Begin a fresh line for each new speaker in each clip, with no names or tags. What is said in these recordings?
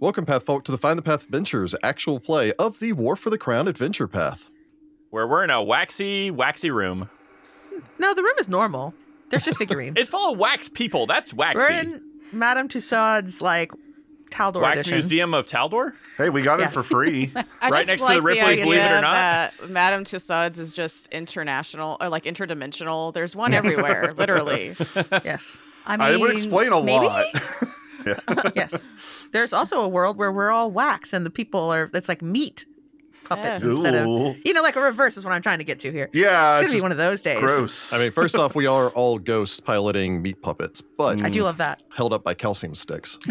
Welcome, Pathfolk, to the Find the Path Ventures actual play of the War for the Crown Adventure Path.
where we're in a waxy, waxy room.
No, the room is normal. There's just figurines.
It's full of wax people. That's waxy.
We're in Madame Tussauds like Taldor
Wax
edition.
Museum of Taldor?
Hey, we got
Yeah.
it for free.
I
Right
just
next to
like
the Ripley's
the
Believe It
idea
or Not.
That Madame Tussauds is just international or like interdimensional. There's one everywhere, literally.
Yes.
I mean,
I would explain a
maybe?
lot.
Yes. There's also a world where we're all wax and the people are it's like meat puppets
Yeah.
instead of
Ooh.
you know, like a reverse is what I'm trying to get to here. It's
Yeah,
gonna
Uh, just
be one of those days.
gross.
I mean, first off, we are all ghosts piloting meat puppets, but
Mm. I do love that.
held up by calcium sticks.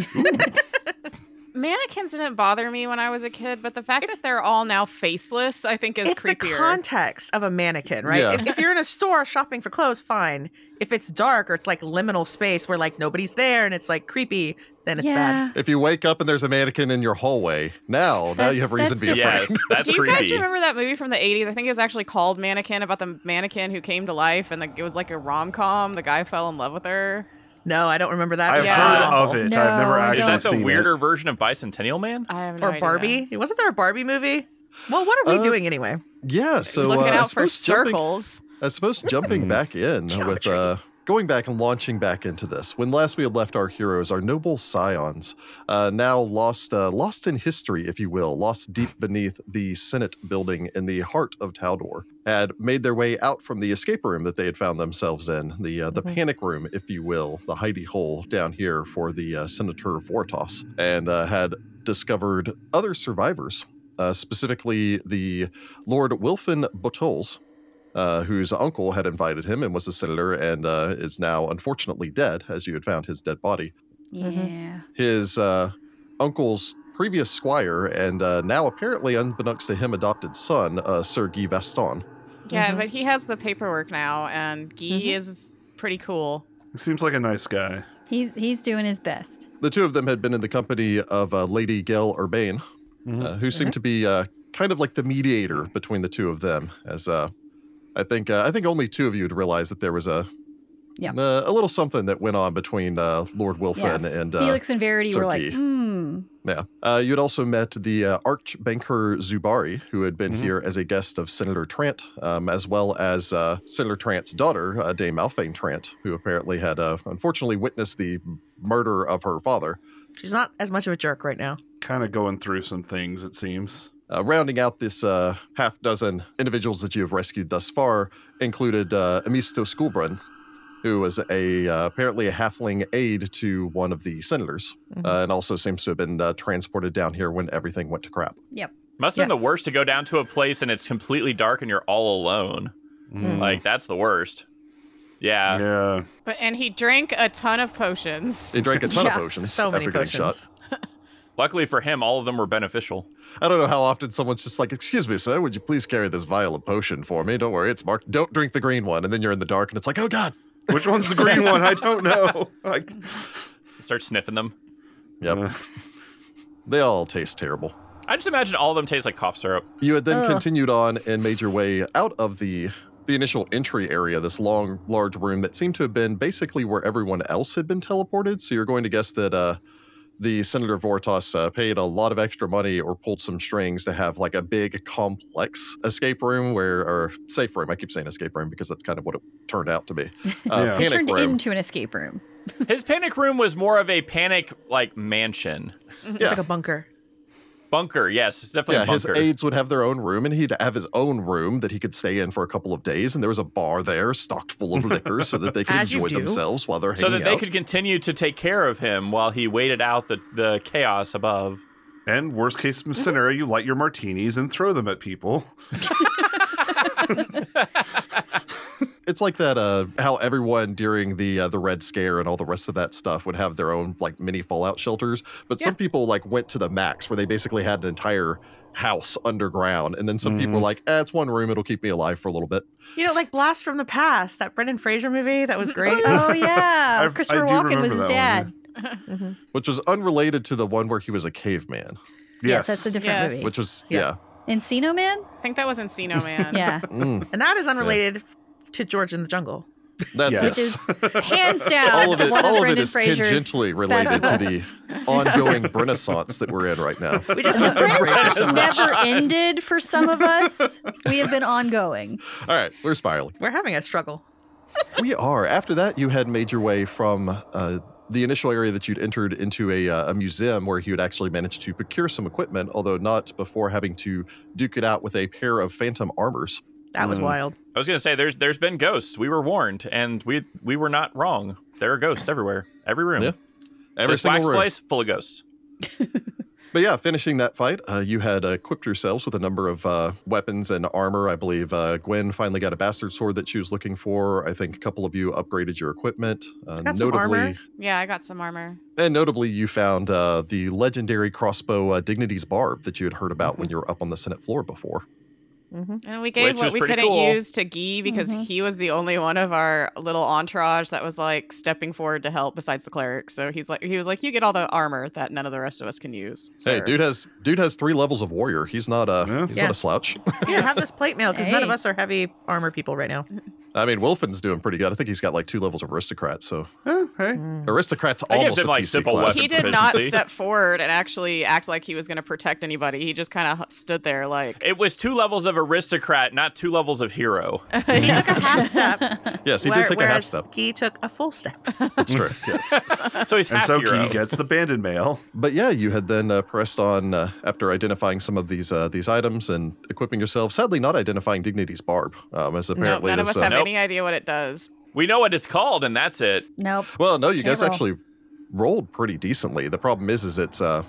Mannequins didn't bother me when I was a kid, but the fact
It's-
that they're all now faceless, I think, is
it's the
creepier.
context of a mannequin, right?
Yeah.
If, if you're in a store shopping for clothes, fine. If it's dark or it's like liminal space where like nobody's there and it's like creepy, then it's bad.
If you wake up and there's a mannequin in your hallway, now, now you
That's-
have reason to be
that's
afraid.
Yes, that's
Do you
creepy.
guys remember that movie from the 80s? I think it was actually called Mannequin about the mannequin who came to life and the, it was like a rom com. The guy fell in love with her.
No, I don't remember that.
I've
It's
Yeah.
heard of
awful.
it. I've never
No,
actually
Is
don't.
that the
seen it.
weirder version of Bicentennial Man?
I have no
Or
idea.
Barbie. Wasn't there a Barbie movie? Well, what are we
Uh,
doing anyway?
Yeah, so
Looking
uh, I,
out for
suppose jumping,
circles.
I suppose jumping back in with uh, going back and launching back into this. When last we had left our heroes, our noble scions, uh, now lost, uh, lost in history, if you will, lost deep beneath the Senate building in the heart of Taldor, had made their way out from the escape room that they had found themselves in, the uh, the panic room, if you will, the hidey hole down here for the uh, Senator Vortos, and uh, had discovered other survivors. Uh, specifically, the Lord Wilfin Botols, uh, whose uncle had invited him and was a senator and uh, is now unfortunately dead, as you had found his dead body.
Mm-hmm.
Yeah.
His uh, uncle's previous squire and uh, now apparently unbeknownst to him adopted son, uh, Sir Guy Vaston.
Yeah,
Mhm.
but he has the paperwork now, and Guy
Mhm.
is pretty cool.
He seems like a nice guy.
He's he's doing his best.
The two of them had been in the company of uh, Lady Gail Urbane, uh,
Mm-hmm.
who seemed to be uh, kind of like the mediator between the two of them. As uh, I think, uh, I think only two of you had realized that there was a
Yeah.
uh, a little something that went on between uh, Lord Wilfin and uh,
Felix and Verity were like,
Sergei.
hmm.
Yeah. Uh, you'd also met the uh, Archbanker Zubari, who had been
Mhm.
here as a guest of Senator Trant, um, as well as uh, Senator Trant's daughter, uh, Dame Alphane Trant, who apparently had uh, unfortunately witnessed the murder of her father.
She's not as much of a jerk right now.
Kind of going through some things, it seems.
Uh, rounding out this uh, half dozen individuals that you have rescued thus far included uh, Amisto Schoolbrun, who was a uh, apparently a halfling aide to one of the senators, uh, and also seems to have been uh, transported down here when everything went to crap.
Must have been
Yes.
the worst to go down to a place and it's completely dark and you're all alone.
Mm,
Like, that's the worst. Yeah.
Mm. yeah.
But and he drank a ton of potions.
They drank a ton of
Yeah,
potions
So many
after getting
potions.
shot.
Luckily for him, all of them were beneficial.
I don't know how often someone's just like, "Excuse me, sir, would you please carry this vial of potion for me? Don't worry, it's marked. Don't drink the green one." And then you're in the dark, and it's like, "Oh God."
Which one's the green one? I don't know. Like,
Start sniffing them.
Yep,
uh,
they all taste terrible.
I just imagine all of them taste like cough syrup.
You had then
Ugh.
continued on and made your way out of the the initial entry area, this long, large room that seemed to have been basically where everyone else had been teleported. So you're going to guess that uh, the Senator Vortos uh, paid a lot of extra money or pulled some strings to have like a big, complex escape room where, or safe room. I keep saying escape room because that's kind of what it turned out to be. Uh,
Yeah.
They
Panic
turned
room.
into an escape room.
His panic room was more of a panic like mansion.
It's like a bunker.
Bunker, yes, it's definitely
yeah,
a
his
bunker.
aides would have their own room, and he'd have his own room that he could stay in for a couple of days. And there was a bar there, stocked full of liquor, so that they could
As you
enjoy
do.
themselves while they're
so
hanging
that they
out.
could continue to take care of him while he waited out the, the chaos above.
and worst case scenario, you light your martinis and throw them at people.
It's like that. Uh, how everyone during the uh, the Red Scare and all the rest of that stuff would have their own like mini fallout shelters, but some people like went to the max where they basically had an entire house underground. And then some people were
Mm-hmm.
Mhm.
like, eh, it's one room, it'll keep me alive for a little bit.
You know, like Blast from the Past, that Brendan Fraser movie that was great.
Uh,
Oh yeah,
I've- I
Christopher
do
Walken
remember
was
that
his
one.
dad.
Mhm.
Which was unrelated to the one where he was a caveman.
Yes, that's a different
Yes.
movie.
Which was yeah.
Yeah.
Encino Man?
I think that was Encino Man.
Yeah,
Mm,
And that is unrelated f- to George in the Jungle.
that's
Yes.
yes.
which is hands down
all of it
one
all of
of
it
Brendan
is
Fraser's.
tangentially related to the ongoing renaissance that we're in right now.
We just
The
love Brendan Fraser
Renaissance
so much.
never ended for some of us. We have been ongoing.
All right, we're spiraling.
We're having a struggle.
We are. After that, you had made your way from uh, the initial area that you'd entered into a, uh, a museum where you had actually managed to procure some equipment, although not before having to duke it out with a pair of phantom armors.
That
Mm.
was wild.
I was gonna say there's there's been ghosts. We were warned, and we we were not wrong. There are ghosts everywhere, every room.
Yeah. Every
this
single
wax
room.
place full of ghosts.
But yeah, finishing that fight, uh, you had uh, equipped yourselves with a number of uh, weapons and armor. I believe uh, Gwen finally got a bastard sword that she was looking for. I think a couple of you upgraded your equipment. Uh,
Got some
notably,
armor.
Yeah, I got some armor.
and notably, you found uh, the legendary crossbow uh, Dignity's Barb that you had heard about when
Mm-hmm.
you were up on the Senate floor before.
And we gave
Which
what
was
we
pretty
couldn't
cool.
use to Guy because
Mhm.
he was the only one of our little entourage that was like stepping forward to help besides the cleric. So he's like he was like, You get all the armor that none of the rest of us can use.
Hey,
sir."
dude has dude has three levels of warrior. He's not a
Yeah.
he's
Yeah.
not a slouch.
Yeah, have this plate mail because none of
Hey.
us are heavy armor people right now.
I mean, Wilfin's doing pretty good. I think he's got like two levels of aristocrat. So
Eh, hey.
Hmm.
Hmm.
aristocrats
I give
almost
him,
a
like,
PC
simple
class.
weapon
he did not
proficiency.
step forward and actually act like he was going to protect anybody. He just kind of stood there like
It was two levels of aristocrat, not two levels of hero.
He took a half step.
Yes, he
where-
did take a half
whereas
step.
He took a full step.
That's true. yes.
So he's
And
half
so
hero.
he gets the banded mail.
But yeah, you had then uh, pressed on uh, after identifying some of these uh, these items and equipping yourself. Sadly, not identifying Dignity's barb, um, as
nope,
apparently
none
it
of
is.
us
uh,
have
Nope.
any idea what it does.
we know what it's called, and that's it.
Nope.
well, no, you
Can't
guys
roll.
actually rolled pretty decently. The problem is, is it's uh,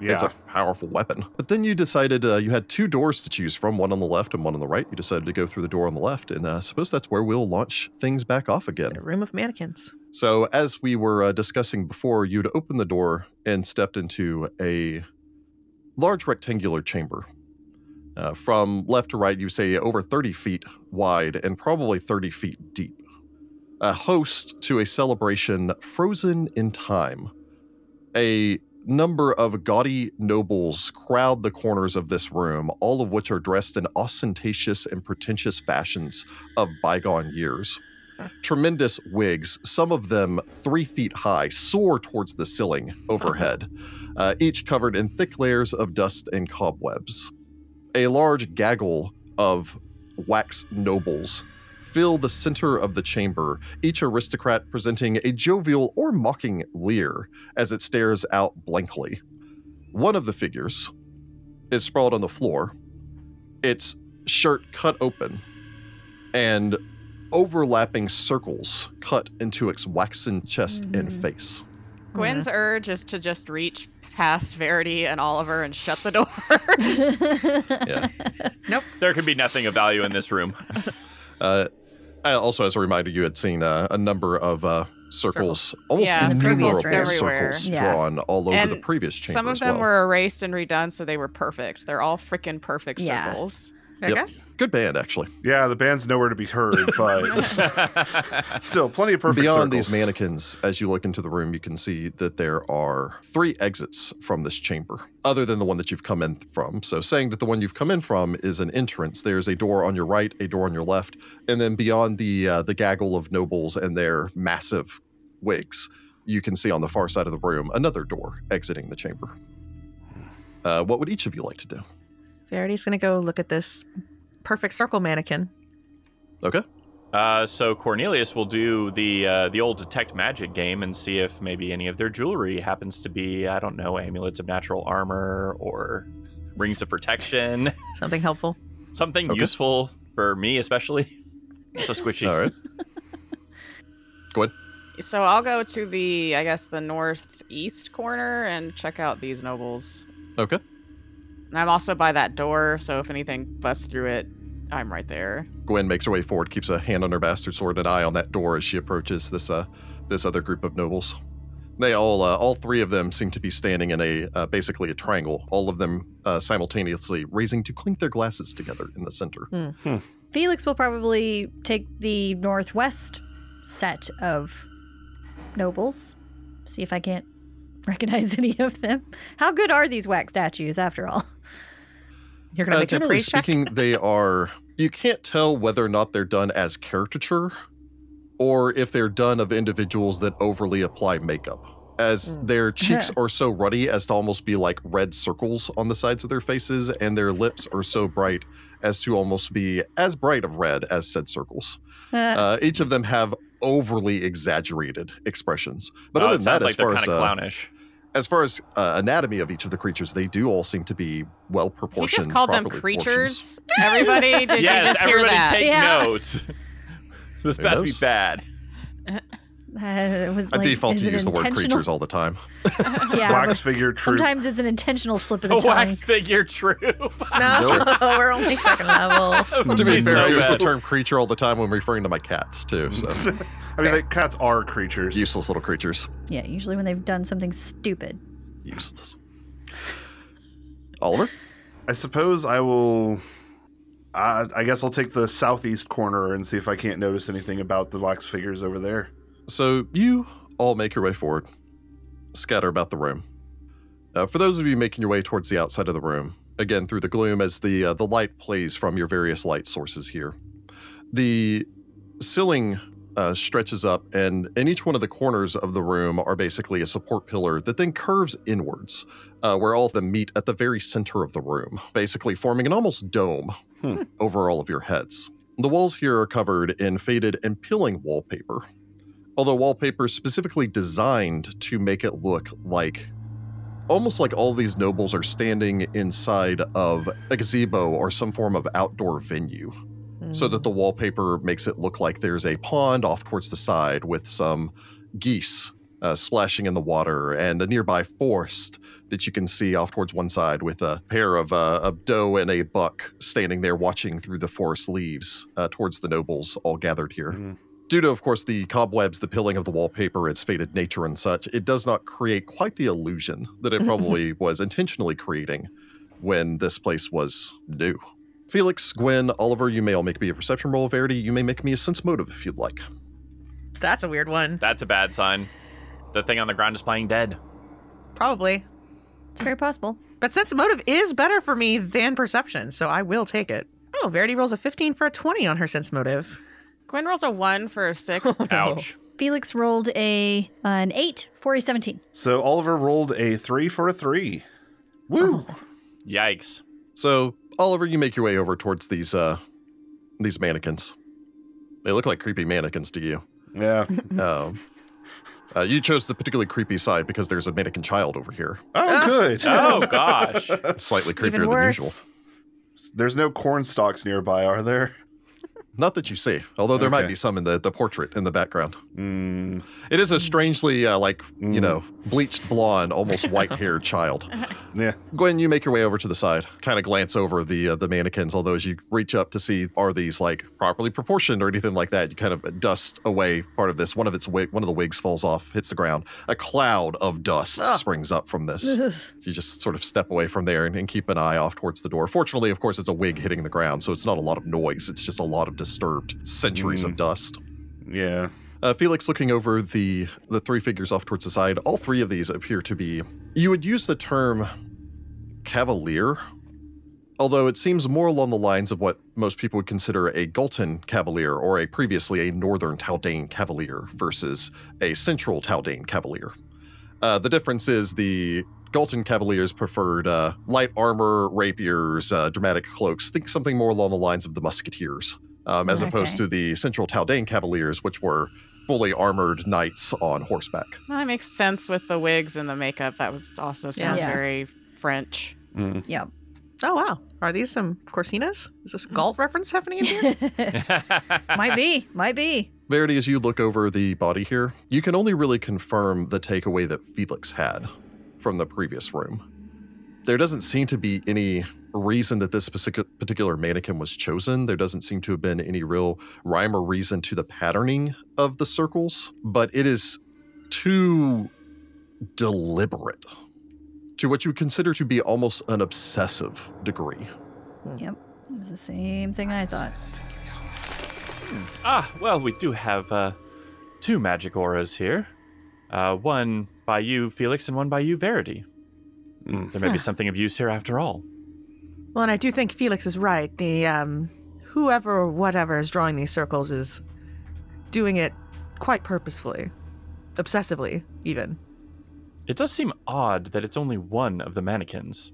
Yeah.
it's a powerful weapon. But then you decided uh, you had two doors to choose from, one on the left and one on the right. You decided to go through the door on the left, and uh, I suppose that's where we'll launch things back off again.
A room of mannequins.
So, as we were uh, discussing before, you'd opened the door and stepped into a large rectangular chamber. Uh, from left to right, you say over 30 feet wide and probably 30 feet deep. A host to a celebration frozen in time. A number of gaudy nobles crowd the corners of this room, all of which are dressed in ostentatious and pretentious fashions of bygone years tremendous wigs, some of them three feet high, soar towards the ceiling overhead, uh, each covered in thick layers of dust and cobwebs. A large gaggle of wax nobles fill the center of the chamber, each aristocrat presenting a jovial or mocking leer as it stares out blankly. One of the figures is sprawled on the floor, its shirt cut open, and overlapping circles cut into its waxen chest and face.
Gwen's urge is to just reach past Verity and Oliver and shut the door.
Yeah.
There could be nothing of value in this room.
uh, I- also, as a reminder, you had seen uh, a number of uh, circles, almost
Yeah, circles
innumerable
everywhere.
circles
Yeah.
drawn all over the
And
previous chamber.
Some of
as
them
well.
were erased and redone, so they were perfect. They're all freaking perfect
Yeah.
circles.
I
Yep.
guess.
good band, actually.
Yeah, the band's nowhere to be heard, but still plenty of perfect
Beyond
circles.
these mannequins, as you look into the room, you can see that there are three exits from this chamber, other than the one that you've come in from. So, saying that the one you've come in from is an entrance, there's a door on your right, a door on your left, and then beyond the uh, the gaggle of nobles and their massive wigs, you can see on the far side of the room another door exiting the chamber. Uh, what would each of you like to do?
Verity's going to go look at this perfect circle mannequin.
Okay.
uh, so Cornelius will do the uh, the old detect magic game and see if maybe any of their jewelry happens to be I don't know amulets of natural armor or rings of protection,
Something helpful.
something
Okay.
useful for me especially. So squishy.
All right.
So I'll go to the, I guess, the northeast corner and check out these nobles.
Okay.
And I'm also by that door, so if anything busts through it, I'm right there.
Gwen makes her way forward, keeps a hand on her bastard sword and an eye on that door as she approaches this uh this other group of nobles. They all, uh, all three of them seem to be standing in a uh, basically a triangle. All of them uh, simultaneously raising to clink their glasses together in the center.
Felix will probably take the northwest set of nobles. See if I can't recognize any of them. How good are these wax statues, after all?
You're gonna
Uh,
make a
generally
praise check.
speaking, they are. You can't tell whether or not they're done as caricature, or if they're done of individuals that overly apply makeup, as
Mm.
their cheeks are so ruddy as to almost be like red circles on the sides of their faces, and their lips are so bright as to almost be as bright of red as said circles.
Uh,
Uh, each of them have overly exaggerated expressions, but
Oh,
other
it
than
sounds
that,
like
as
they're
far as
kinda
uh,
clownish.
as far as uh, anatomy of each of the creatures, they do all seem to be well
Did you
proportioned.
just called them
properly proportioned.
creatures? Everybody, did you
yes,
just hear
everybody
that?
take
Yeah.
notes. This is
Who
about to be
knows?
bad.
uh, it was
I
like,
default
is
to
it
use the word
intentional?
creatures all the time.
Yeah,
Wax
but
figure troop.
sometimes it's an intentional slip of
A
the tongue.
wax figure troop.
no, we're only second level.
to be
Be
fair,
so
I use the
bad.
term creature all the time when referring to my cats too. So
I mean, like, cats are creatures.
useless little creatures,
Yeah, usually when they've done something stupid.
useless. Oliver,
I suppose I will. I I guess I'll take the southeast corner and see if I can't notice anything about the wax figures over there.
so you all make your way forward, scatter about the room. Uh, for those of you making your way towards the outside of the room, again through the gloom as the uh, the light plays from your various light sources here, the ceiling uh, stretches up, and in each one of the corners of the room are basically a support pillar that then curves inwards, uh, where all of them meet at the very center of the room, basically forming an almost dome
Hmm.
over all of your heads. The walls here are covered in faded and peeling wallpaper, although wallpaper is specifically designed to make it look like almost like all these nobles are standing inside of a gazebo or some form of outdoor venue so that the wallpaper makes it look like there's a pond off towards the side with some geese uh, splashing in the water and a nearby forest that you can see off towards one side with a pair of uh, a doe and a buck standing there watching through the forest leaves uh, towards the nobles all gathered here.
Mhm.
Due to, of course, the cobwebs, the pilling of the wallpaper, its faded nature, and such, it does not create quite the illusion that it probably was intentionally creating when this place was new. Felix, Gwen, Oliver, you may all make me a perception roll. Verity, you may make me a sense motive if you'd like.
Mm. That's a weird one.
That's a bad sign. The thing on the ground is playing dead.
Probably.
It's very possible.
But sense of motive is better for me than perception, so I will take it. Oh, Verity rolls a 15 for a 20 on her sense motive.
Gwen rolls a one for a six.
Ouch.
Felix rolled a an eight for a seventeen.
So Oliver rolled a three for a three. Woo!
Oh.
Yikes.
So, Oliver, you make your way over towards these uh these mannequins. They look like creepy mannequins to you.
Yeah.
Um, uh, you chose the particularly creepy side because there's a mannequin child over here.
Oh, good.
Oh gosh.
Slightly
Even
creepier than
worse.
usual.
There's no corn stalks nearby, are there?
Not that you see, although there might
Okay.
be some in the, the portrait in the background.
Mm,
It
Hmm.
is a strangely, uh, like, you
Mm.
know, bleached blonde, almost white haired child.
yeah.
Gwen, you make your way over to the side, kind of glance over the uh, the mannequins. Although as you reach up to see are these like properly proportioned or anything like that, you kind of dust away part of this. One of its wig, one of the wigs falls off, hits the ground. A cloud of dust
Ah.
springs up from this.
Ugh.
you just sort of step away from there and, and keep an eye off towards the door. Fortunately, of course, it's a wig hitting the ground, so it's not a lot of noise. It's just a lot of disturbed centuries of dust.
Yeah.
Uh, Felix, looking over the the three figures off towards the side, all three of these appear to be. You would use the term cavalier, although it seems more along the lines of what most people would consider a Galton cavalier or a previously a northern Taldane cavalier versus a central Taldane cavalier. Uh, the difference is the Galton cavaliers preferred uh, light armor, rapiers, uh, dramatic cloaks. Think something more along the lines of the musketeers, um, as opposed
Okay.
to the central Taldane cavaliers, which were fully armored knights on horseback.
Well, that makes sense with the wigs and the makeup. That was also sounds
Yeah.
very French.
Mm.
Oh, wow. Are these some Corsinas? Is this golf reference happening in here?
might be, might be.
Verity, as you look over the body here, you can only really confirm the takeaway that Felix had from the previous room. There doesn't seem to be any reason that this specific, particular mannequin was chosen. There doesn't seem to have been any real rhyme or reason to the patterning of the circles, but it is too deliberate to what you would consider to be almost an obsessive degree.
It was the same thing I thought.
Ah, well, we do have uh, two magic auras here. Uh, one by you, Felix, and one by you, Verity.
Mm.
There may be something of use here after all.
Well, and I do think Felix is right. The um, whoever or whatever is drawing these circles is doing it quite purposefully, obsessively, even.
It does seem odd that it's only one of the mannequins,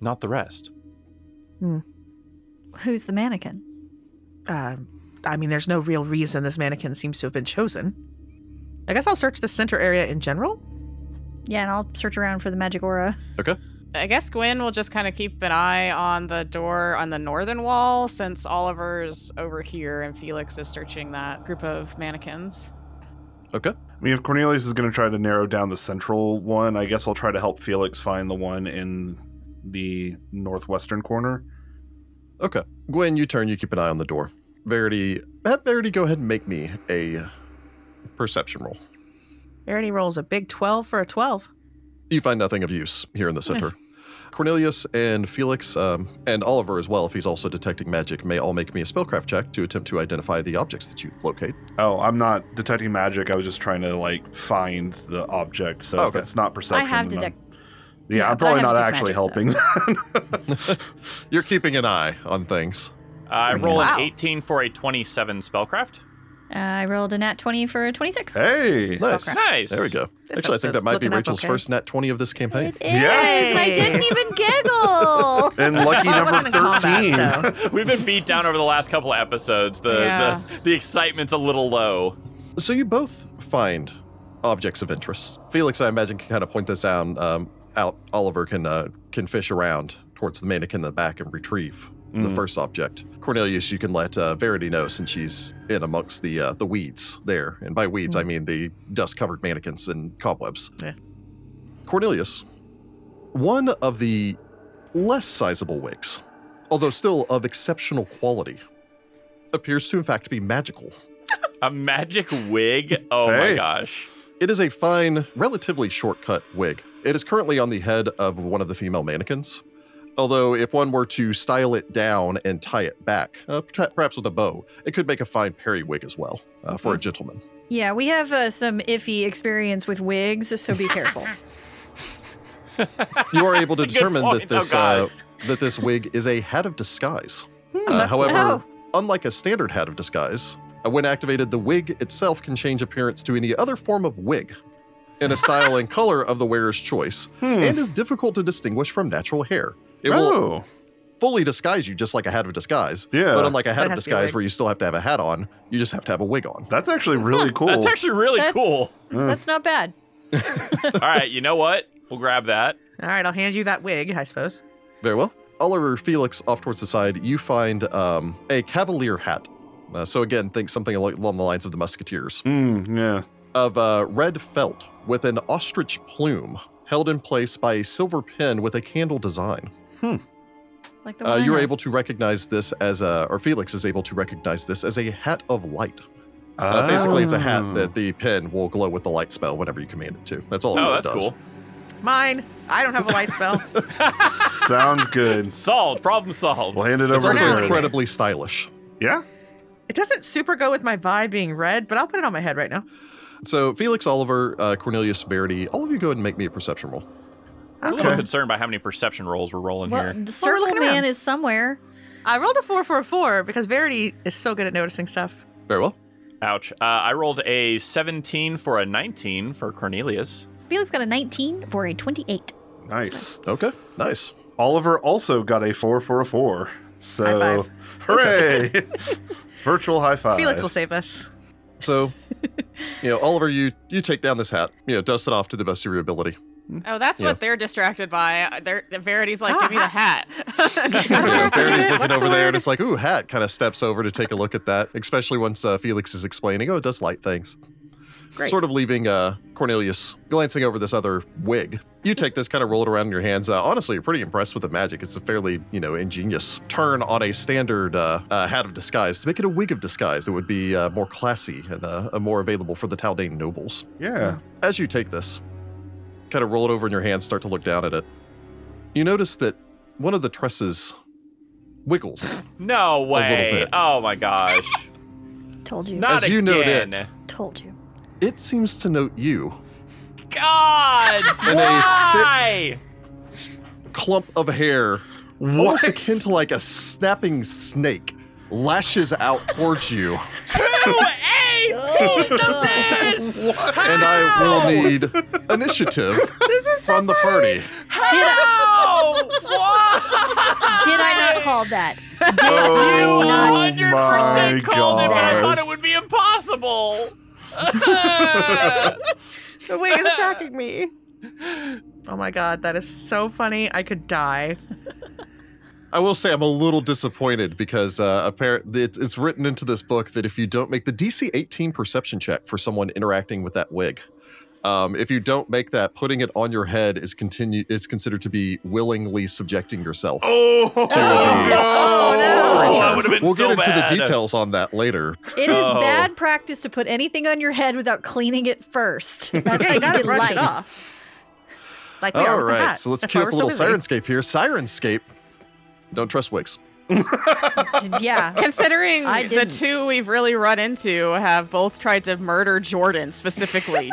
not the rest.
Who's the mannequin?
Um, I mean, there's no real reason this mannequin seems to have been chosen. I guess I'll search the center area in general.
Yeah, and I'll search around for the magic aura.
Okay.
I guess Gwen will just kind of keep an eye on the door on the northern wall since Oliver's over here and Felix is searching that group of mannequins.
Okay.
I mean, if Cornelius is going to try to narrow down the central one, I guess I'll try to help Felix find the one in the northwestern corner.
Okay. Gwen, you turn, you keep an eye on the door. Verity, have Verity go ahead and make me a perception roll.
Verity rolls a big 12 for a 12.
You find nothing of use here in the center. Cornelius and Felix, um, and Oliver as well, if he's also detecting magic, may all make me a spellcraft check to attempt to identify the objects that you locate.
Oh, I'm not detecting magic. I was just trying to like find the object. So if
Okay.
it's not perception,
I have
then I'm-
detect.
Yeah,
yeah,
I'm
but
probably
I have
not
detect
actually helping.
magic,
You're keeping an eye on things.
I roll
Wow.
an 18 for a 27 spellcraft.
Uh, I rolled a nat 20 for a 26.
hey,
Nice.
Nice.
There we go.
This
Actually, I think that
episode's
might be
looking up
Rachel's
okay.
first nat 20 of this campaign.
It is.
Yay!
I didn't even giggle.
and
Well,
lucky
I
number
wasn't in combat,
thirteen.
so.
We've been beat down over the last couple of episodes. The,
Yeah.
the the excitement's a little low.
So you both find objects of interest. Felix, I imagine, can kind of point this down. Um, out, Oliver can uh, can fish around towards the mannequin in the back and retrieve the
Hmm.
Mm.
first object. Cornelius, you can let uh, Verity know since she's in amongst the uh, the weeds there, and by weeds I mean the dust covered mannequins and cobwebs.
Yeah.
Cornelius, one of the less sizable wicks, although still of exceptional quality, appears to in fact be magical.
A magic wig? Oh my
Hey.
gosh.
It is a fine, relatively shortcut wig. It is currently on the head of one of the female mannequins. Although, if one were to style it down and tie it back, uh, per- perhaps with a bow, it could make a fine periwig as well uh, for a
Hmm.
gentleman.
yeah, we have uh, some iffy experience with wigs, so be careful.
You are able to
That's a good
determine that
point. Oh,
this uh,
God.
that this wig is a hat of disguise. Uh,
that's-
however,
oh.
unlike a standard hat of disguise, uh, when activated, the wig itself can change appearance to any other form of wig in a style and color of the wearer's choice, and is difficult to distinguish from natural hair. It will
Hmm. oh,
fully disguise you just like a hat of disguise.
Yeah.
But unlike a hat
But it
of
has to be a
disguise
wig.
where you still have to have a hat on, you just have to have a wig on.
that's actually really cool.
That's actually really
Hmm, That's-
cool.
That's not bad.
All right, you know what? We'll grab that.
All right, I'll hand you that wig, I suppose.
Very well. Oliver Felix, off towards the side, you find um, a cavalier hat. Uh, so again, think something al- along the lines of the Musketeers
Mm, yeah.
of uh, red felt with an ostrich plume held in place by a silver pin with a candle design.
Like the
Uh,
one I
you're
had.
able to recognize this as a, or Felix is able to recognize this as a hat of light. Uh, Basically, it's a hat
Oh.
that the pin will glow with the light spell whenever you command it to. That's all. it
Oh,
really
that's
does.
cool.
Mine. I don't have a light spell.
Oh. sounds good.
Solved. Problem solved.
We'll hand it over.
It's also
to Aaron.
incredibly stylish.
Yeah.
it doesn't super go with my vibe being red, but I'll put it on my head right now.
So Felix Oliver, uh, Cornelius Verity, all of you go ahead and make me a perception roll.
I'm a little concerned by how many perception rolls we're rolling here.
Well, the circle
looking
man
around.
is somewhere.
I rolled a four for a four because Verity is so good at noticing stuff.
Very well.
Ouch. Uh, I rolled a 17 for a 19 for Cornelius.
Felix got a 19 for a 28.
Nice.
Okay. Nice.
Oliver also got a four for a four.
High
So,
five.
hooray! Virtual high five.
Felix will save us.
So, you know, Oliver, you you take down this hat. You know, dust it off to the best of your ability.
Oh, that's
Yeah.
what they're distracted by. Uh, They're, Verity's like,
Ah.
give me the hat.
You know, Verity's
What's
looking
the
over there, and
word?
it's like, ooh, hat. Kind of steps over to take a look at that, especially once uh, Felix is explaining. Oh, it does light things.
Great.
Sort of leaving uh, Cornelius glancing over this other wig. You take this, kind of roll it around in your hands. Uh, honestly, you're pretty impressed with the magic. It's a fairly, you know, ingenious turn on a standard uh, uh, hat of disguise to make it a wig of disguise that would be uh, more classy and uh, more available for the Taldane nobles.
Yeah.
As you take this, kind of roll it over in your hand, start to look down at it. You notice that one of the tresses wiggles.
No way.
bit.
Oh my gosh.
Told you.
Not
As you note
again.
it.
Told you.
It seems to note you.
God,
a
why?
Clump of hair, almost akin to like a snapping snake, lashes out towards you.
Two
Oh.
eight piece of this.
And I will need initiative from the party.
How? Why?
Did I not call that?
Oh,
You hundred
my
percent called it, but I thought
gosh.
it would be impossible.
The wing is attacking me. Oh my god, that is so funny. I could die.
I will say I'm a little disappointed because uh, apparently it's, it's written into this book that if you don't make the DC 18 perception check for someone interacting with that wig, um, if you don't make that, putting it on your head is continue is considered to be willingly subjecting yourself.
Oh,
Oh, I would have been
we'll
so
get into
bad.
the details on that later.
It is
Oh.
bad practice to put anything on your head without cleaning it first. That's how
you
you
gotta
get
brush
life.
it off. Like we are
All
with the
right,
hat.
so let's
That's
cue up
why
a
we're
little
so busy.
sirenscape here. Sirenscape. Don't trust wigs.
Yeah.
Considering
I
the
didn't.
two we've really run into have both tried to murder Jordan specifically.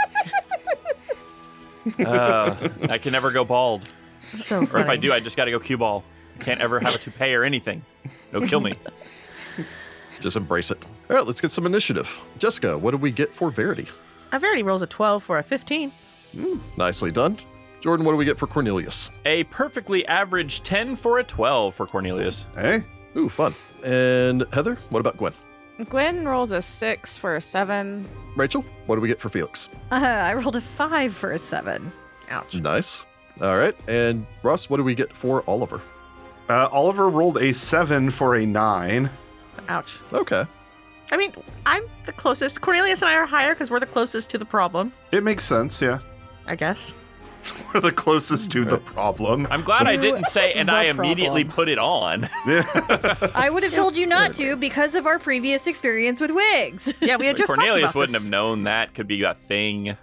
Uh, I can never go bald,
So
or
funny.
if I do, I just got to go cue ball. Can't ever have a toupee or anything. No, kill me.
Just embrace it. All right, let's get some initiative. Jessica, what did we get for Verity?
I've already rolls a 12 for a 15.
Nicely done. Jordan, what do we get for Cornelius?
A perfectly average ten for a twelve for Cornelius.
hey,
Ooh, fun. And Heather, what about Gwen?
Gwen rolls a six for a seven.
Rachel, what do we get for Felix?
Uh, I rolled a five for a seven.
Ouch.
Nice. All right. And Russ, what do we get for Oliver?
uh, Oliver rolled a seven for a nine.
Hmm.
Ouch.
Okay.
I mean, I'm the closest. Cornelius and I are higher because we're the closest to the problem,
It makes sense, yeah.
I guess.
We're the closest to the problem.
I'm glad I didn't say, and
the
I immediately
problem.
put it on.
I would have told you not to because of our previous experience with wigs.
Yeah, we had just talked
Cornelius
about
wouldn't
this.
have known that could be a thing.
Yeah,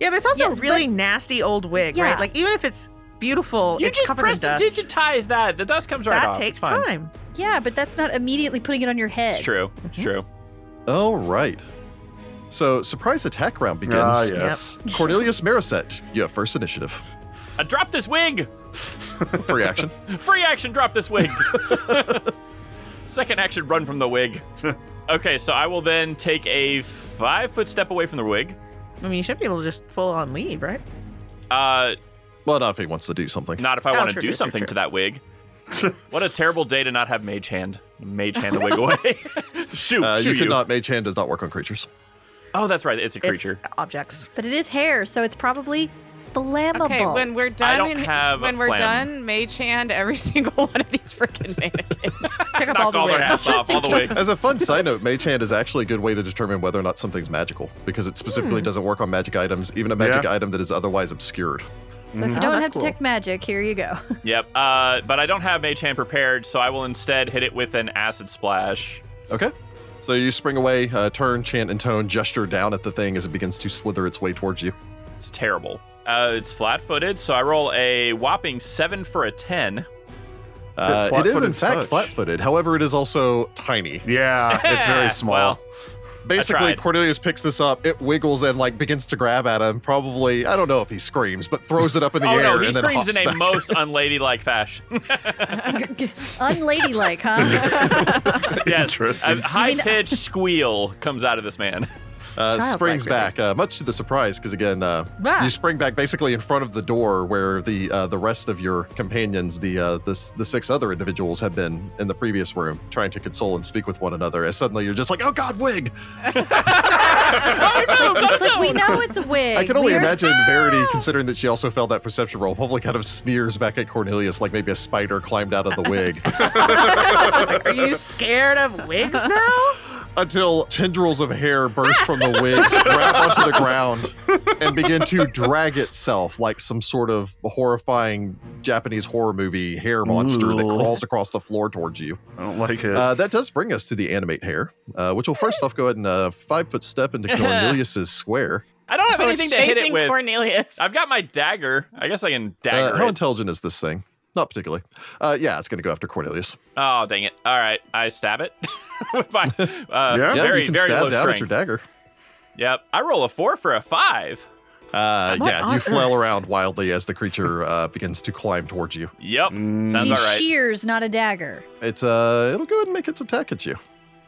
but it's also
Yes,
a really nasty old wig,
Yeah.
right? Like even if it's beautiful,
you
it's
just
covered
press
in dust.
digitize that. The dust comes right
that
off.
takes
it's fine.
time.
Yeah, but that's not immediately putting it on your head.
It's true. It's
Mm-hmm.
true.
All right. So, surprise attack round begins.
Ah, yes.
Cornelius Marisette, you have first initiative.
I Uh, drop this wig.
Free action.
Free action. Drop this wig. Second action. Run from the wig. okay, so I will then take a five foot step away from the wig.
I mean, you should be able to just full on leave, right?
Uh,
well, not if he wants to do something.
not if I
Oh,
want to
true,
do
true, true,
something
true.
to that wig. what a terrible day to not have mage hand. Mage hand the wig away. shoot,
Uh,
shoot
you could not. Mage hand does not work on creatures.
Oh, that's right. It's a creature.
It's objects.
But it is hair, so it's probably flammable.
Okay, when we're done,
don't
in-
have a
when we're
phlegm.
done, mage hand every single one of these freaking mannequins.
Pick up all
Knocked
the
all their
wigs.
hats off. All the wigs.
As a fun side note, Mage Hand is actually a good way to determine whether or not something's magical because it specifically doesn't work on magic items, even a magic
Yeah.
item that is otherwise obscured.
so if you
Oh,
don't
that's
have to
cool.
detect magic, here you go.
Yep. Uh, but I don't have Mage Hand prepared, so I will instead hit it with an acid splash.
Okay. So you spring away, uh, turn, chant, and tone, gesture down at the thing as it begins to slither its way towards you.
It's terrible. Uh, it's flat-footed, so I roll a whopping seven for a ten.
Uh, it is, in
flat-footed
fact,
touch.
flat footed. However, it is also tiny.
Yeah, it's very small.
Well,
Basically,
tried.
Cornelius picks this up, it wiggles and like begins to grab at him. Probably, I don't know if he screams, but throws it up in the
oh
air
no, he
and then
screams
hops
in a
back. uh,
most unladylike fashion.
Unladylike, huh?
yes,
Interesting.
a high-pitched squeal comes out of this man.
uh,
Childlike,
springs
really.
back, uh, much to the surprise, because again, uh,
Ah.
you spring back basically in front of the door where the uh, the rest of your companions, the uh, the s- the six other individuals, have been in the previous room trying to console and speak with one another. As suddenly you're just like, oh God, wig!
oh no,
it's like we know it's a wig.
I can only
We are-
imagine Verity, considering that she also failed that perception roll, probably kind of sneers back at Cornelius like maybe a spider climbed out of the wig.
Like, are you scared of wigs now?
until tendrils of hair burst from the wigs, wrap onto the ground, and begin to drag itself like some sort of horrifying Japanese horror movie hair monster that
Ooh.
crawls across the floor towards you.
I don't like it.
Uh, that does bring us to the animate hair, uh, which will first off go ahead and uh, five foot step into Cornelius's square.
I
Oh,
don't have
I was
anything to hit it
chasing
with.
Cornelius.
I've got my dagger. I guess I can
Uh,
dagger
how
it.
intelligent is this thing? Not particularly. Uh, yeah, it's going to go after Cornelius.
Oh dang it! All right, I stab it with my uh,
Yeah,
Yeah,
very
you can
very
stab
low
down at your
strength.
dagger.
Yep, I roll a four for a five.
Uh,
What
yeah,
on
you flail
earth?
around wildly as the creature uh, begins to climb towards you.
Yep,
Mm.
sounds
He
all right.
shears, not a dagger.
It's uh, it'll go ahead and make its attack at you.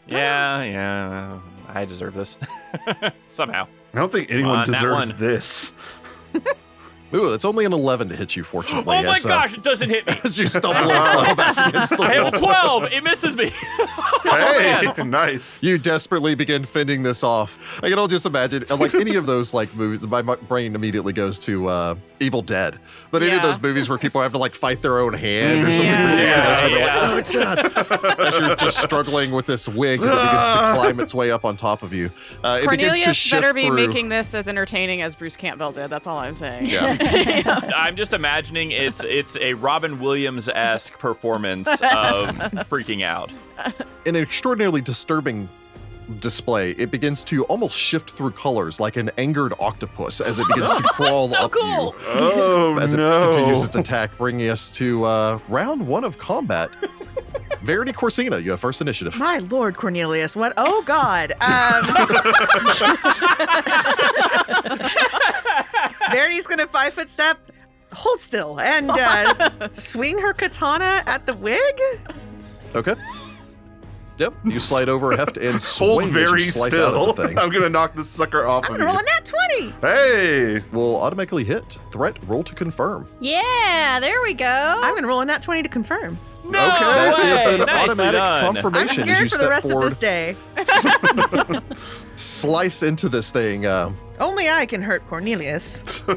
Yeah, yeah. I deserve this somehow.
I don't think anyone
Uh, nat
deserves
one.
this.
Ooh, it's only an eleven to hit you. Fortunately,
oh my
as, uh,
gosh! It doesn't hit me.
as you stumble and flail back against the
I have a
wall.
twelve. It misses me.
hey, nice.
You desperately begin fending this off. I can all just imagine, and, like any of those like movies, my my brain immediately goes to uh, Evil Dead. But any of
Yeah.
those movies where people have to like fight their own hand
Mm-hmm.
or something
Yeah.
ridiculous, where
Yeah,
they're like, "Oh god!" As you're just struggling with this wig that begins to climb its way up on top of you, uh, it begins to
Cornelius
shift
better be
through.
making this as entertaining as Bruce Campbell did. That's all I'm saying.
Yeah.
I'm just imagining it's it's a Robin Williams esque performance of freaking out.
in an extraordinarily disturbing display, it begins to almost shift through colors like an angered octopus as it begins to crawl up
cool.
you.
Oh
As
no.
it continues its attack, bringing us to uh, round one of combat. Verity Corsina, you have first initiative.
My lord, Cornelius, what? Oh God. Um, Verity's gonna five foot step, hold still, and uh, swing her katana at the wig.
Okay. Yep, you slide over a heft and
Hold
swing as you
very
slice
still.
out of the thing.
I'm gonna knock this sucker off
I'm
of
gonna roll a
you.
nat twenty.
Hey,
Will automatically hit. Threat, roll to confirm.
Yeah, there we go.
I'm gonna roll a nat twenty to confirm.
No
okay, that is
way!
an
Nicely
automatic
done.
I'm
confirmation as you
scared for
step
the rest
forward,
of this day.
slice into this thing. Um,
Only I can hurt Cornelius.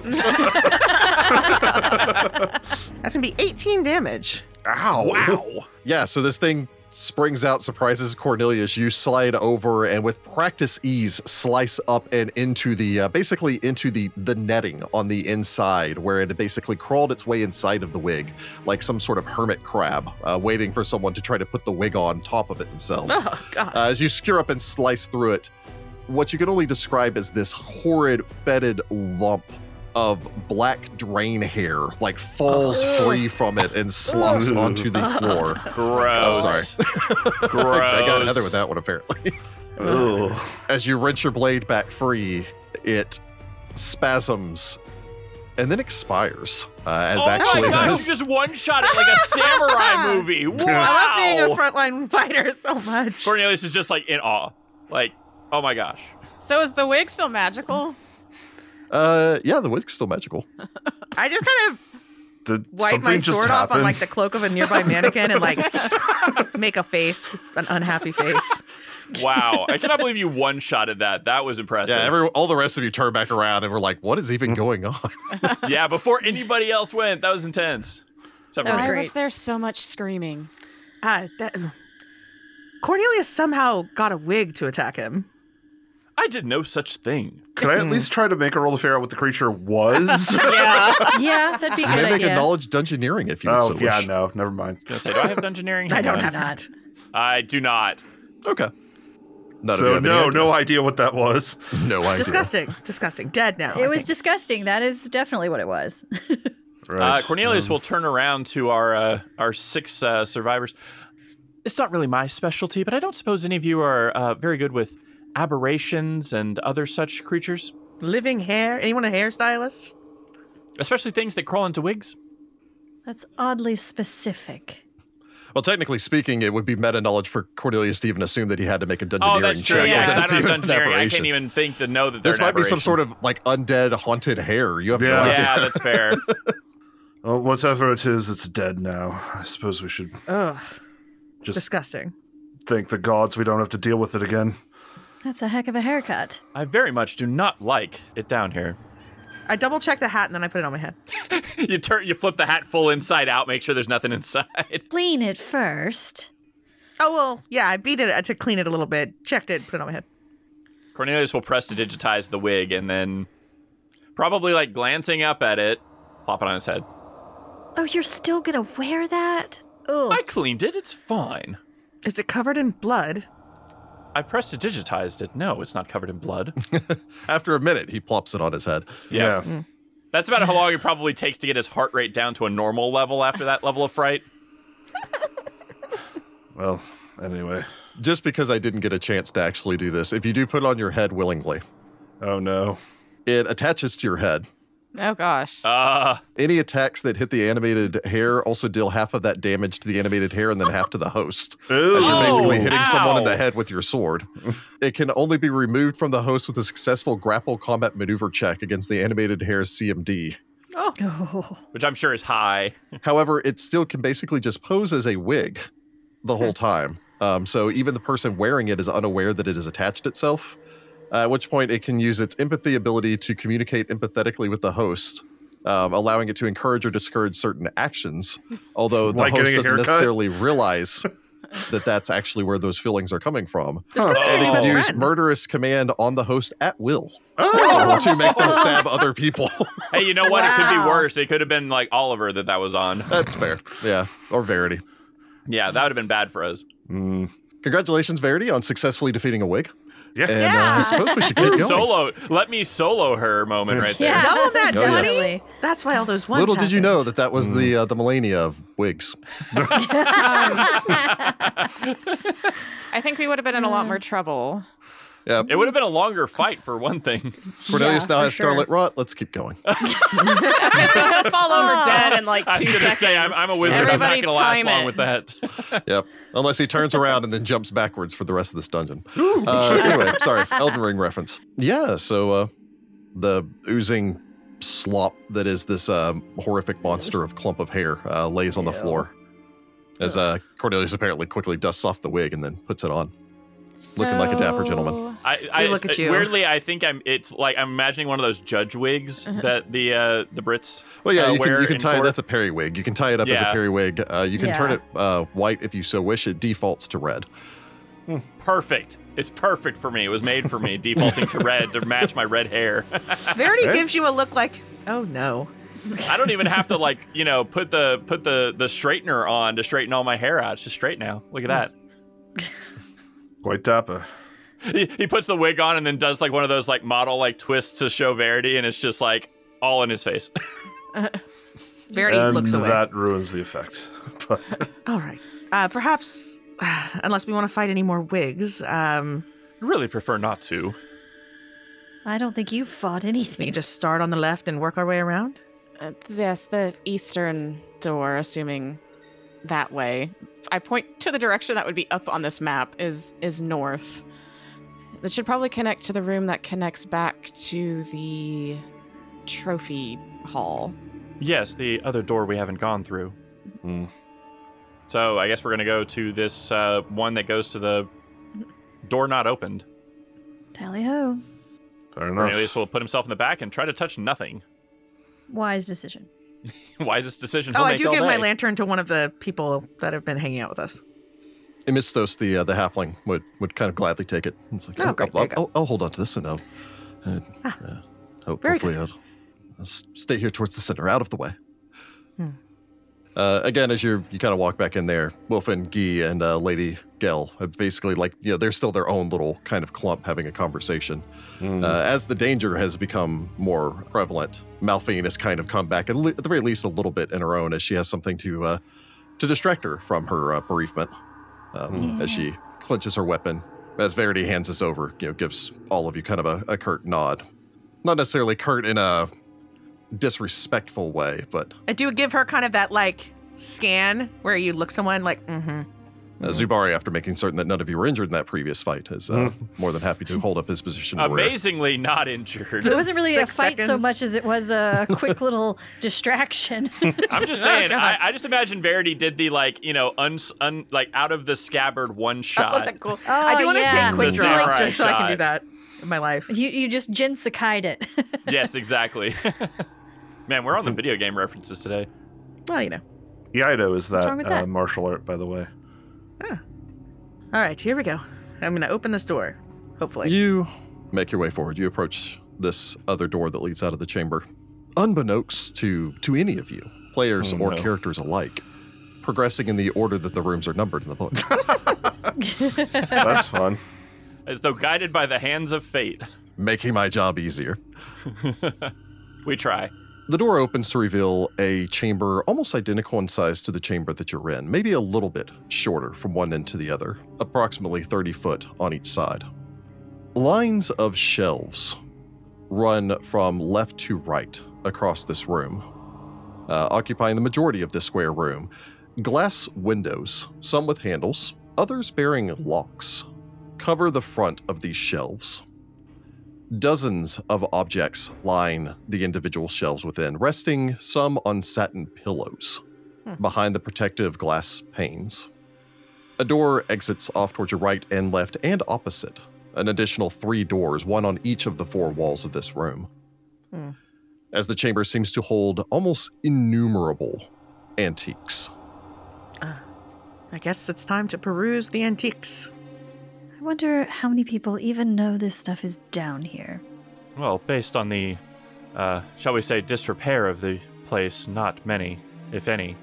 That's gonna be 18 damage.
ow!
Wow.
Yeah, so this thing springs out, surprises Cornelius. You slide over and with practice ease slice up and into the uh, basically into the the netting on the inside where it had basically crawled its way inside of the wig like some sort of hermit crab uh, waiting for someone to try to put the wig on top of it themselves.
Oh God.
Uh, as you skewer up and slice through it, what you can only describe as this horrid, fetid lump of black drain hair, like falls
Oh.
free from it and slumps
Ugh.
onto the floor.
Gross. sorry. Gross.
I got another with that one, apparently.
Ugh.
As you wrench your blade back free, it spasms and then expires. Uh, as
oh
actually
my gosh!
has-
You just one shot it like a samurai movie.
I love being a
Wow.
frontline fighter so much.
Cornelius is just like in awe. Like, oh my gosh.
So is the wig still magical?
uh, yeah, the wig's still magical.
I just kind of
Did
wipe
something
my
just
sword off
happen?
on like the cloak of a nearby mannequin and like make a face, an unhappy face.
Wow. I cannot believe you one shotted that. That was impressive.
Yeah, every, all the rest of you turn back around and we're like, what is even going on?
yeah, before anybody else went, that was intense. Except for
That
me.
Why
great.
was there so much screaming?
Ah, that, Cornelius somehow got a wig to attack him.
I did no such thing.
Could I at least try to make a roll to figure out what the creature was?
Yeah.
yeah, that'd be a
You may
good
make
idea.
a knowledge dungeoneering if you would
oh
so
yeah,
wish.
no, never
I
mind.
was gonna say, do I have dungeoneering?
I
Hang
don't
on.
have
Not.
that.
I do not.
Okay. None of you
so
have any
no,
idea.
no idea what that was.
No idea.
Disgusting. Disgusting. Dead now. I
It was
think.
disgusting. That is definitely what it was.
Uh,
Mm.
Cornelius will turn around to our uh, our six uh, survivors. It's not really my specialty, but I don't suppose any of you are uh, very good with aberrations and other such creatures,
living hair. Anyone a hairstylist?
especially things that crawl into wigs.
That's oddly specific.
Well, technically speaking, it would be meta knowledge for Cornelius to even assume that he had to make a dungeoneering
Oh, that's true.
check.
Yeah,
or
'cause
that's
I don't
even
have
an
dungeoneering. I
aberration.
can't even think to know that they're
This
an
might be some
aberration.
sort of like undead haunted hair. You have no
Yeah.
idea.
Yeah, that's fair.
Well, whatever it is, it's dead now. I suppose we should
Ugh.
just
Disgusting.
thank the gods we don't have to deal with it again.
That's a heck of a haircut.
I very much do not like it down here.
I double checked the hat and then I put it on my head.
You turn, you flip the hat full inside out, make sure there's nothing inside.
Clean it first.
Oh well, yeah, I beat it to clean it a little bit. Checked it, put it on my head.
Cornelius will press to digitize the wig and then probably like glancing up at it, plop it on his head.
Oh, you're still gonna wear that? Oh,
I cleaned it. It's fine.
Is it covered in blood?
I pressed it, digitized it. No, it's not covered in blood.
After a minute, he plops it on his head.
Yeah.
Mm.
That's about how long it probably takes to get his heart rate down to a normal level after that level of fright.
Well, anyway.
Just because I didn't get a chance to actually do this, if you do put it on your head willingly,
Oh no.
it attaches to your head.
Oh gosh.
Uh,
Any attacks that hit the animated hair also deal half of that damage to the animated hair and then half to the host. As you're
Oh,
basically hitting someone in
ow.
the head with your sword. It can only be removed from the host with a successful grapple combat maneuver check against the animated hair's CMD.
Oh,
which I'm sure is high.
However, it still can basically just pose as a wig the whole time. Um, so even the person wearing it is unaware that it has attached itself, at which point it can use its empathy ability to communicate empathetically with the host, um, allowing it to encourage or discourage certain actions, although the
Like getting
host
a
doesn't
haircut?
necessarily realize that that's actually where those feelings are coming from.
This could be
Oh.
your new
It
best
can use
friend.
murderous command on the host at will
Oh!
to make them stab other people.
Hey, you know what? It could be
Wow.
worse. It could have been like Oliver that that was on.
that's fair. Yeah, or Verity.
Yeah, that would have been bad for us.
Mm.
Congratulations, Verity, on successfully defeating a wig.
Yeah.
And uh,
Yeah.
I suppose we should keep going.
Solo, let me solo her moment right there.
yeah.
Double that,
Oh, yes.
Johnny. That's why all those ones.
Little did you
happened.
know that that was the uh, the millennia of wigs.
I think we would have been in a
Mm.
lot more trouble.
Yeah,
It would have been a longer fight for one thing.
Cornelius
Yeah,
now
for
has
sure.
Scarlet Rot. Let's keep going.
Okay, so he'll fall over dead in like two
I was gonna
seconds.
say I'm, I'm a wizard.
Everybody
I'm not gonna last
time
long
it.
with that.
yep. Unless he turns around and then jumps backwards for the rest of this dungeon. Uh, anyway, sorry, Elden Ring reference. Yeah. So uh, the oozing slop that is this um, horrific monster of clump of hair uh, lays on the floor as uh, Cornelius apparently quickly dusts off the wig and then puts it on. Looking like a dapper gentleman.
I, I uh,
We look at you.
weirdly, I think I'm. It's like I'm imagining one of those judge wigs that the uh, the Brits.
Well, yeah,
uh,
you can,
wear
you can
in
tie
court.
that's a periwig. You can tie it up as a
Yeah.
periwig. Uh, you can turn
Yeah.
it uh, white if you so wish. It defaults to red.
perfect. It's perfect for me. It was made for me, defaulting to red to match my red hair.
Verity
Okay.
gives you a look like, oh no.
I don't even have to like you know put the put the the straightener on to straighten all my hair out. It's just straight now. Look at that.
Quite dapper.
He, he puts the wig on and then does like one of those like model like twists to show Verity, and it's just like all in his face.
Verity
And
looks away.
that ruins the effect. But
All right. Uh, perhaps, unless we want to fight any more wigs, um,
I really prefer not to.
I don't think you fought
we
anything.
can just start on the left and work our way around.
Uh, yes, the eastern door, assuming that way. I point to the direction that would be up on this map is is north. It should probably connect to the room that connects back to the trophy hall.
Yes, the other door we haven't gone through.
Hmm.
So I guess we're gonna go to this uh, one that goes to the door not opened.
Tally ho.
fair enough.
Cornelius will put himself in the back and try to touch nothing.
Wise decision.
Wisest decision.
oh,
he'll
I
make
do
all
give my
day.
lantern to one of the people that have been hanging out with us.
Imistos, the uh, the halfling, would would kind of gladly take it. It's like,
Oh,
oh,
great,
I'll,
there you go.
I'll- I'll hold on to this and I'll, uh, uh, ho-
very
hopefully I'll, I'll s- stay here towards the center, out of the way.
Hmm.
Uh, again, as you you kind of walk back in there, Wolf and Guy and uh, Lady Gell have basically like you know they're still their own little kind of clump having a conversation.
Mm.
Uh, as the danger has become more prevalent, Malphine has kind of come back at, le- at the very least a little bit in her own as she has something to uh, to distract her from her uh, bereavement um, as she clenches her weapon. As Verity hands this over, you know, gives all of you kind of a, a curt nod, not necessarily curt in a disrespectful way, but uh,
I do give her kind of that like scan where you look someone like, mm-hmm.
uh, Zubari, after making certain that none of you were injured in that previous fight, is uh, more than happy to hold up his position.
Uh,
to where-
Amazingly not injured.
It wasn't really a
Six
fight so
seconds.
much as it was a quick little distraction.
I'm
Oh,
just saying. I, I just imagine Verity did the like you know uns un, like out of the scabbard one
Oh,
shot.
that cool. I do want to
yeah.
take quick
The
draw
samurai
just so I can do
shot.
that in my life.
you you just Jin Sakai'd it.
yes, exactly. Man, we're on the
Hmm.
video game references today.
Well, you know.
Yido is that,
wrong with
Uh,
that?
martial art, by the way.
All right, here we go. I'm gonna open this door. Hopefully.
You make your way forward. You approach this other door that leads out of the chamber. Unbeknownst to to any of you, players
Oh,
or
no.
characters alike, progressing in the order that the rooms are numbered in the book.
That's fun.
as though guided by the hands of fate.
making my job easier.
we try.
The door opens to reveal a chamber almost identical in size to the chamber that you're in, maybe a little bit shorter from one end to the other, approximately 30 foot on each side. Lines of shelves run from left to right across this room, uh, occupying the majority of this square room. Glass windows, some with handles, others bearing locks, cover the front of these shelves. Dozens of objects line the individual shelves within, resting some on satin pillows
Hmm.
behind the protective glass panes. A door exits off towards your right and left and opposite, an additional three doors, one on each of the four walls of this room.
Hmm.
As the chamber seems to hold almost innumerable antiques.
I guess it's time to peruse the antiques.
I wonder how many people even know this stuff is down here.
Well, based on the, uh, shall we say, disrepair of the place, not many, if any.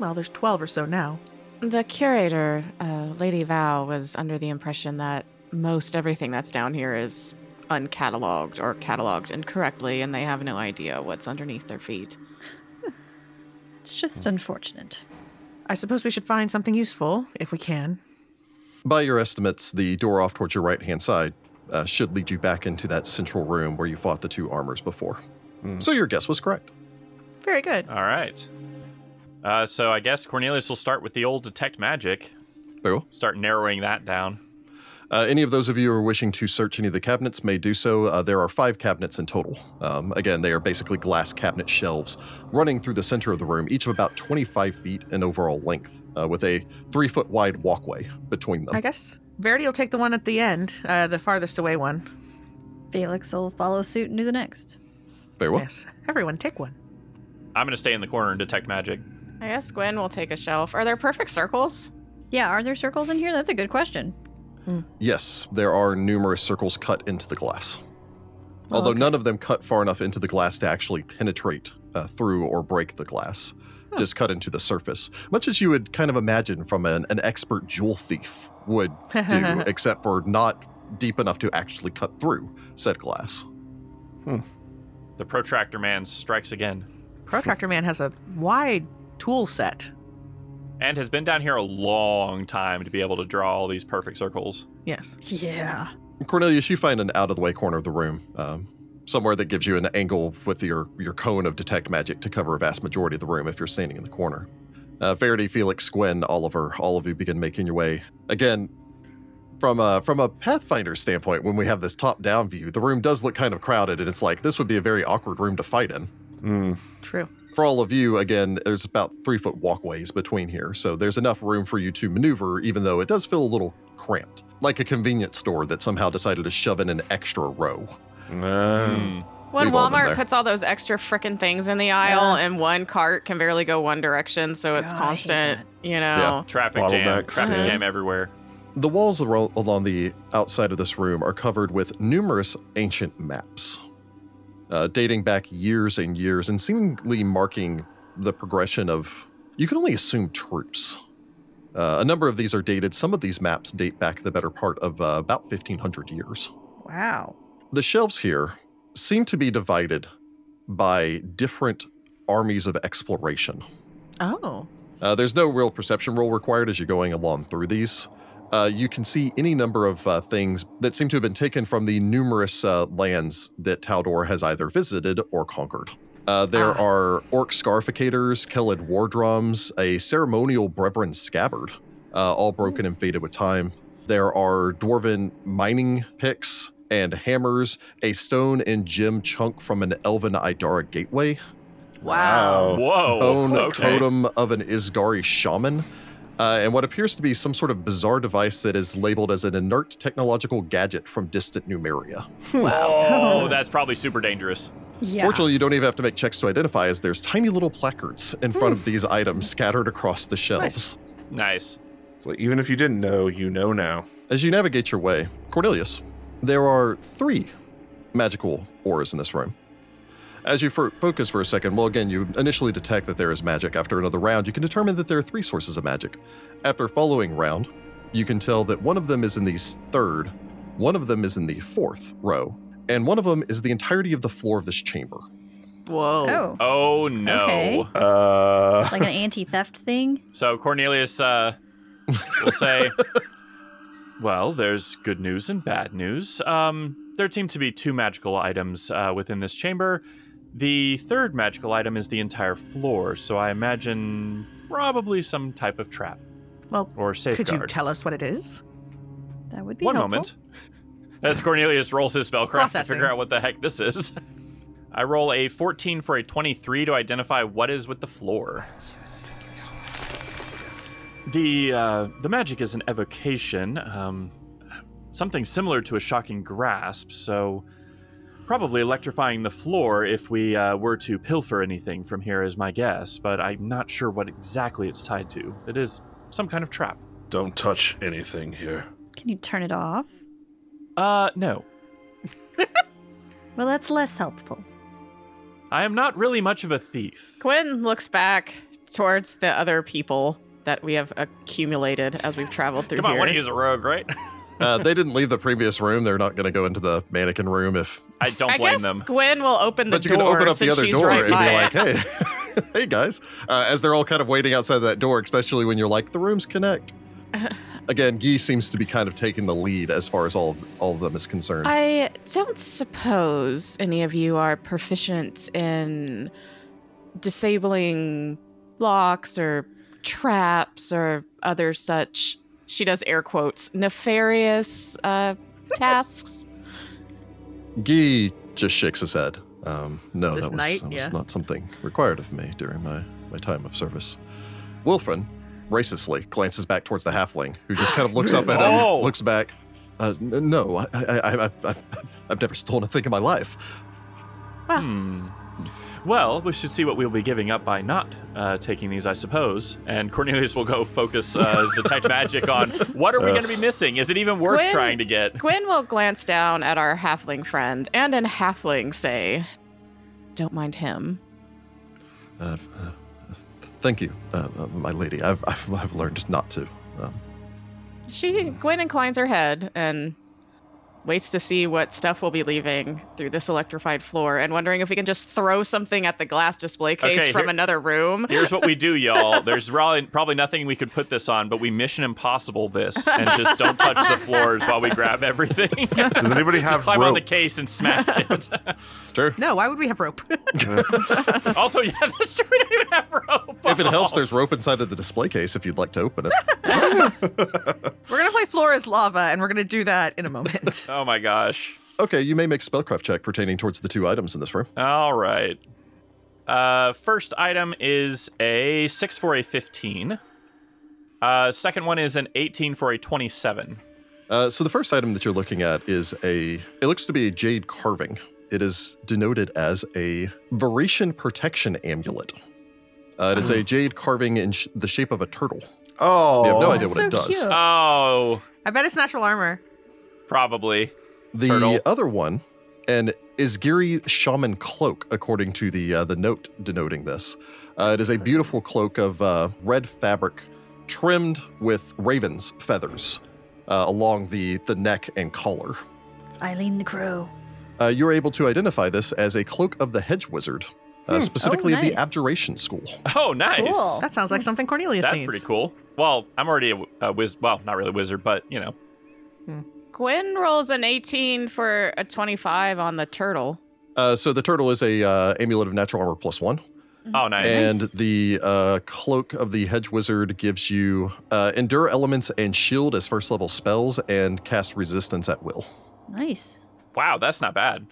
Well, there's 12 or so now.
The curator, uh, Lady Val, was under the impression that most everything that's down here is uncatalogued or cataloged incorrectly, and they have no idea what's underneath their feet.
It's just unfortunate.
I suppose we should find something useful, if we can.
By your estimates, the door off towards your right hand side uh, should lead you back into that central room where you fought the two armors before.
Hmm.
So your guess was correct.
Very good.
All right. Uh, so I guess Cornelius will start with the old detect magic.
Very well.
Start narrowing that down.
Uh, any of those of you who are wishing to search any of the cabinets may do so. Uh, there are five cabinets in total. Um, again, they are basically glass cabinet shelves running through the center of the room, each of about 25 feet in overall length, uh, with a three foot wide walkway between them.
I guess Verity will take the one at the end, uh, the farthest away one.
Felix will follow suit and do the next.
Very well.
Yes. Everyone, take one.
I'm gonna stay in the corner and detect magic.
I guess Gwen will take a shelf. Are there perfect circles?
Yeah, are there circles in here? That's a good question.
Yes, there are numerous circles cut into the glass. Although none of them cut far enough into the glass to actually penetrate uh, through or break the glass, just cut into the surface, much as you would kind of imagine from an, an expert jewel thief would do, except for not deep enough to actually cut through said glass.
The protractor man strikes again
Protractor Man has a wide tool set.
and has been down here a long time to be able to draw all these perfect circles.
Yes.
Yeah.
Cornelius, you find an out of the way corner of the room, um, somewhere that gives you an angle with your, your cone of detect magic to cover a vast majority of the room if you're standing in the corner. Uh, Faraday, Felix, Gwen, Oliver, all of you begin making your way. Again, from a, from a Pathfinder standpoint, when we have this top down view, the room does look kind of crowded, and it's like this would be a very awkward room to fight in.
Hmm.
True.
For all of you, again, there's about three foot walkways between here, so there's enough room for you to maneuver, even though it does feel a little cramped, like a convenience store that somehow decided to shove in an extra row.
Mm.
Um,
Hmm.
When
We've all been
Walmart
there.
puts all those extra frickin' things in the aisle and one cart can barely go one direction, so it's
God, I hate
constant, you know.
Traffic jam.
Bottlenecks,
Traffic
yeah.
jam everywhere.
The walls aro- along the outside of this room are covered with numerous ancient maps, uh, dating back years and years and seemingly marking the progression of, you can only assume, troops. Uh, a number of these are dated. Some of these maps date back the better part of uh, about 1500 years.
Wow.
the shelves here seem to be divided by different armies of exploration.
Oh.
Uh, there's no real perception roll required as you're going along through these. Uh, you can see any number of uh, things that seem to have been taken from the numerous uh, lands that Taldor has either visited or conquered. Uh, there
Ah.
are orc scarificators, Kelid war drums, a ceremonial Brevin scabbard, uh, all broken and faded with time. There are dwarven mining picks and hammers, a stone and gem chunk from an elven Idara gateway,
Wow.
Whoa.
own
Oh, okay.
totem of an Isgari shaman, uh, and what appears to be some sort of bizarre device that is labeled as an inert technological gadget from distant Numeria.
Oh, that's probably super dangerous.
Yeah.
Fortunately, you don't even have to make checks to identify, as there's tiny little placards in front of these items scattered across the shelves.
Nice.
It's like, even if you didn't know, you know now.
As you navigate your way, Cornelius, there are three magical auras in this room. As you fo- focus for a second, well, again, you initially detect that there is magic. After another round, you can determine that there are three sources of magic. After following round, you can tell that one of them is in the third One of them is in the fourth row, and one of them is the entirety of the floor of this chamber.
Whoa.
Oh,
Oh no.
Okay.
Uh,
like an anti-theft thing.
So Cornelius uh, will say, "Well, there's good news and bad news. Um, there seem to be two magical items uh, within this chamber. The third magical item is the entire floor, so I imagine probably some type of trap
Well,
or safeguard."
could you tell us what it is?
That would be
One
helpful.
moment. As Cornelius rolls his spellcraft to
Processing.
figure out what the heck this is. I roll a 14 for a 23 to identify what is with the floor. The uh, the magic is an evocation, um, something similar to a shocking grasp. So probably electrifying the floor if we uh, were to pilfer anything from here is my guess. But I'm not sure what exactly it's tied to. It is some kind of trap.
don't touch anything here.
Can you turn it off?
Uh, no.
Well, that's less helpful.
I am not really much of a thief.
Quinn looks back towards the other people that we have accumulated as we've traveled through
Come on,
here.
one of you's a rogue, right?
Uh, they didn't leave the previous room. They're not going to go into the mannequin room if.
I don't
I
blame
guess
them.
Gwen will open the
But you
door
can open up the
since
other
she's
door
right
and be
by
like,
it.
hey, hey guys, uh, as they're all kind of waiting outside that door, especially when you're like, the rooms connect. Again, Guy seems to be kind of taking the lead as far as all, all of them is concerned.
I don't suppose any of you are proficient in disabling locks or traps or other such. She does air quotes nefarious uh, tasks.
Guy just shakes his head. Um, no,
This
that was,
night,
that was
yeah.
not something required of me during my, my time of service. Wilfred racistly glances back towards the halfling, who just kind of looks up at him,
Oh!
looks back. Uh, n- no, I, I, I, I, I've, I've never stolen a thing in my life.
Hmm. Well, we should see what we'll be giving up by not uh, taking these, I suppose. And Cornelius will go focus uh, his detect magic on what are we going to be missing? Is it even worth
Gwen-
trying to get?
Gwen will glance down at our halfling friend and in halfling say, Don't mind him.
Uh, uh, thank you, uh, uh, my lady. I've, I've, I've learned not to. Um,
She Gwen inclines her head and waits to see what stuff will be leaving through this electrified floor and wondering if we can just throw something at the glass display case
Okay,
from
here-
another room.
Here's what we do, y'all. There's probably, probably nothing we could put this on, but we Mission Impossible this and just don't touch the floors while we grab everything.
Does anybody
just
have
climb on
rope?
the case and smash it.
it's true.
No, why would we have rope?
also, yeah, that's true. We don't even have rope.
If it helps, there's rope inside of the display case if you'd like to open it.
we're going to play Flora's Lava, and we're going to do that in a moment.
Oh my gosh.
Okay, you may make spellcraft check pertaining towards the two items in this room.
All right. Uh, first item is a six for a fifteen. Uh, second one is an eighteen for a twenty-seven.
Uh, so the first item that you're looking at is a. It looks to be a jade carving. It is denoted as a Varatian protection amulet. Uh, it is a jade carving in sh- the shape of a turtle.
Oh,
You have no idea what
so
it does.
cute.
Oh,
I bet it's natural armor.
probably.
The
Turtle.
other one, an Isgiri shaman cloak, according to the uh, the note denoting this. Uh, it is a beautiful cloak of uh, red fabric, trimmed with ravens' feathers uh, along the the neck and collar.
It's Eileen the Crow.
Uh, you're able to identify this as a cloak of the hedge wizard, uh, specifically of the
nice.
abjuration school.
Oh, nice.
Cool.
That sounds like something Cornelius
That's
needs.
pretty cool. Well, I'm already a, a wiz. Well, not really a wizard, but you know.
Gwen rolls an 18 for a 25 on the turtle.
Uh, so the turtle is a uh, amulet of natural armor plus one,
Oh, nice.
and the uh, cloak of the hedge wizard gives you uh, endure elements and shield as first level spells, and cast resistance at will.
Nice.
wow, that's not bad.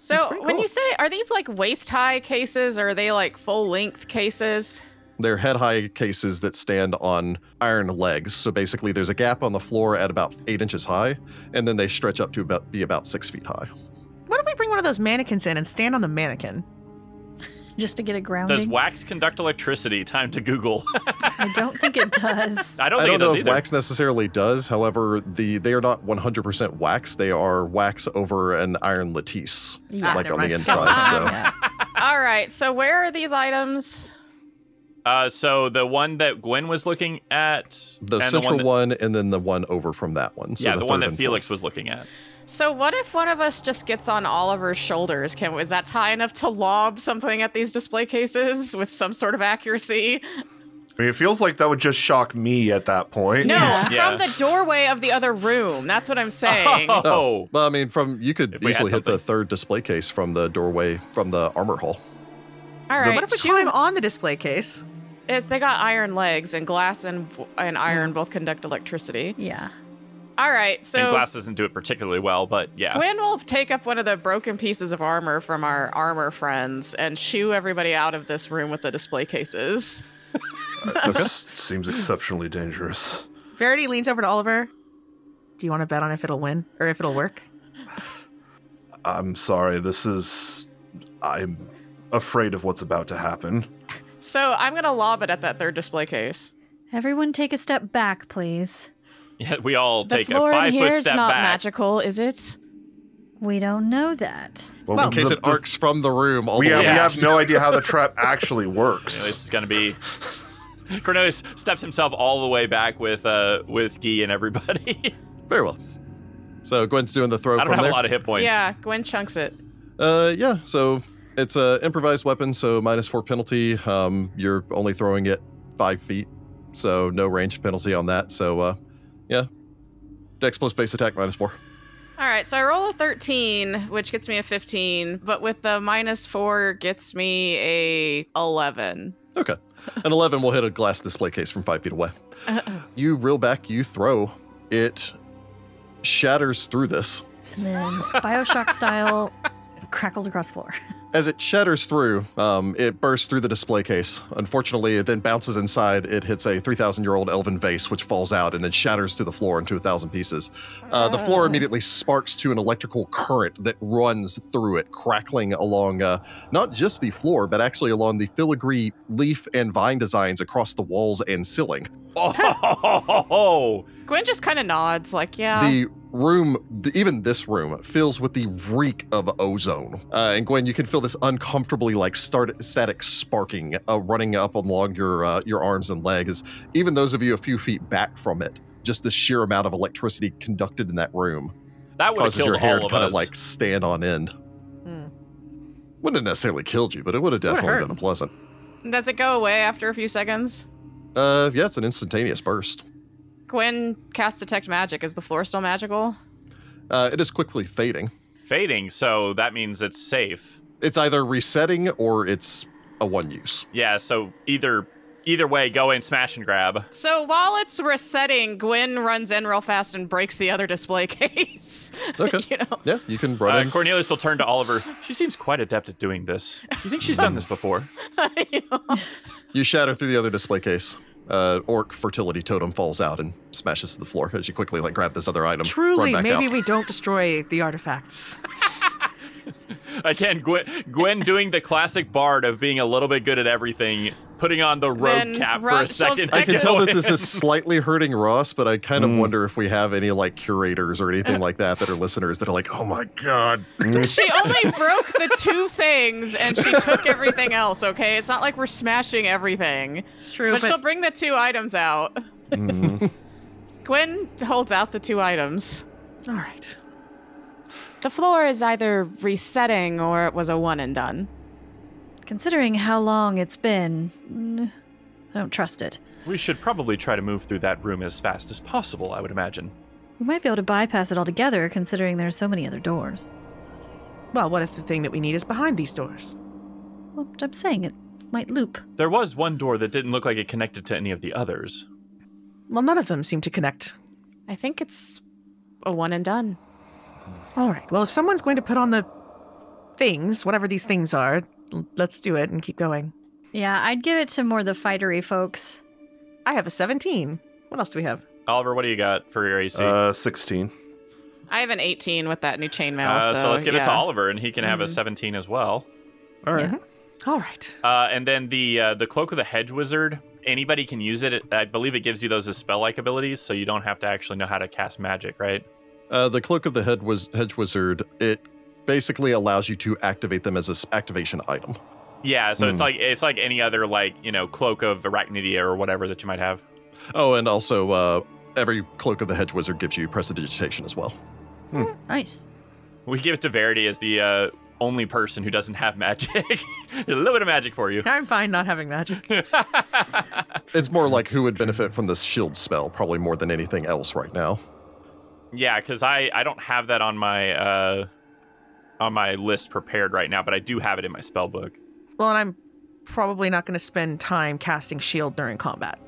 So
pretty
when
cool.
you say, are these like waist high cases or are they like full length cases?
They're head high cases that stand on iron legs. So basically, there's a gap on the floor at about eight inches high, and then they stretch up to about be about six feet high.
What if we bring one of those mannequins in and stand on the mannequin?
Just to get a grounding.
Does wax conduct electricity? Time to Google.
I don't think it does.
I don't
I don't
think
know
it does
if
either.
wax necessarily does. However, the they are not 100% wax. They are wax over an iron lattice,
Yeah.
like
never
on the
mind.
Um,
inside. so
Yeah.
All right. So where are these items?
Uh, so the one that Gwen was looking at,
The
and
central
the one,
one,
that,
and then the one over from that one. So
yeah, the, one
third
that
and
Felix was looking at.
So what if one of us just gets on Oliver's shoulders? Can is that high enough to lob something at these display cases with some sort of accuracy?
I mean, it feels like that would just shock me at that point.
No,
Yeah.
from the doorway of the other room. That's what I'm saying.
fourth.
Oh,
Oh, well, I mean, from you could
If we had
easily hit the
something.
third display case from the doorway from the armor hall.
All right,
What if we
shoot.
climb on the display case?
If they got iron legs and glass and and iron both conduct electricity.
Yeah.
All right,
and
so
glass doesn't do it particularly well, but yeah.
Gwen will take up one of the broken pieces of armor from our armor friends and shoo everybody out of this room with the display cases.
This seems exceptionally dangerous.
Verity leans over to Oliver. Do you want to bet on if it'll win or if it'll work?
I'm sorry. This is. I'm afraid of what's about to happen.
So I'm gonna lob it at that third display case.
Everyone take a step back, please.
Yeah, we all
The
take a
floor
five
in here
foot
is
step
not
back.
magical, is it?
We don't know that.
Well, in
the-
case it
the-
arcs from the room all
We
the
have,
way
we
out.
have no idea how the trap actually
You know,
works.
this is gonna be. Cornelius steps himself all the way back with uh with Guy and everybody.
Very well. So Gwen's doing the throw
I
from
don't have
there.
a lot of hit points.
Yeah, Gwen chunks it.
Uh, yeah. So it's a improvised weapon, so minus four penalty. Um, you're only throwing it five feet, so no range penalty on that. So, uh, yeah. Dex plus base attack minus four.
All right, so I roll a 13, which gets me a 15, but with the minus 4 gets me a 11.
Okay. An 11 will hit a glass display case from five feet away. You reel back, you throw. It shatters through this.
And then Bioshock style crackles across the floor.
As it shatters through, um, it bursts through the display case. Unfortunately, it then bounces inside. It hits a 3,000 year old elven vase, which falls out and then shatters to the floor into a thousand pieces. Uh, the floor immediately sparks to an electrical current that runs through it, crackling along uh, not just the floor, but actually along the filigree leaf and vine designs across the walls and ceiling.
Oh,
Gwen just kind of nods, like, yeah.
The room, th- even this room, fills with the reek of ozone. Uh, and Gwen, you can feel this uncomfortably, like start static sparking uh, running up along your uh, your arms and legs. Even those of you a few feet back from it, just the sheer amount of electricity conducted in that room
that would have
causes
killed
your hair
all
to
of
kind
us.
of like stand on end.
Hmm.
Wouldn't have necessarily killed you, but it would have
Would've
definitely
hurt.
been unpleasant.
Does it go away after a few seconds?
Uh, yeah, it's an instantaneous burst.
Gwen casts Detect Magic. Is the floor still magical?
Uh, it is quickly fading.
fading, so that means it's safe.
It's either resetting or it's a one use.
Yeah, so either either way, go in, smash and grab.
So while it's resetting, Gwen runs in real fast and breaks the other display case.
Okay.
you know,
Yeah, you can run
Uh,
in.
Cornelius will turn to Oliver. She seems quite adept at doing this. You think she's done this before?
you know.
You shatter through the other display case. Uh, orc fertility totem falls out and smashes to the floor as you quickly like grab this other item.
Truly,
run back
maybe
out.
we don't destroy the artifacts.
Again, Gwen, Gwen doing the classic bard of being a little bit good at everything, putting on the rogue
Then
cap for
run-
a second.
I
she'll
to
can
stick
go
tell that
in.
this is slightly hurting Ross, but I kind of wonder if we have any like curators or anything like that that are listeners that are like, oh my god,
she only broke the two things and she took everything else, okay? It's not like we're smashing everything.
It's true,
But
but,
she'll bring the two items out. Gwen holds out the two items.
all right.
The floor is either resetting or it was a one and done.
Considering how long it's been, mm, I don't trust it.
We should probably try to move through that room as fast as possible, I would imagine.
We might be able to bypass it altogether, considering there are so many other doors.
Well, what if the thing that we need is behind these doors?
Well, I'm saying it might loop.
There was one door that didn't look like it connected to any of the others.
Well, none of them seem to connect.
I think it's a one and done.
All right. Well, if someone's going to put on the things, whatever these things are, l- let's do it and keep going.
Yeah, I'd give it to more the fightery folks.
I have a 17. What else do we have?
Oliver, what do you got for your AC?
Uh, 16.
I have an 18 with that new chainmail.
Uh, so,
so
let's give it to
yeah. Mm-hmm.
Oliver, and he can have a 17 as well.
All right.
All right.
Uh, and then the uh, the cloak of the hedge wizard. Anybody can use it. It- I believe it gives you those as spell-like abilities, so you don't have to actually know how to cast magic, right?
Uh, the cloak of the head was hedge wizard. It basically allows you to activate them as an activation item.
Yeah, so it's
Hmm.
like it's like any other like you know cloak of arachnidia or whatever that you might have.
Oh, and also uh, every cloak of the hedge wizard gives you prestidigitation as well.
Nice.
We give it to Verity as the uh, only person who doesn't have magic. a little bit of magic for you.
I'm fine not having magic.
It's more like who would benefit from this shield spell, probably more than anything else right now.
yeah, because I I don't have that on my uh, on my list prepared right now, but I do have it in my spell book.
Well, and I'm probably not going to spend time casting shield during combat.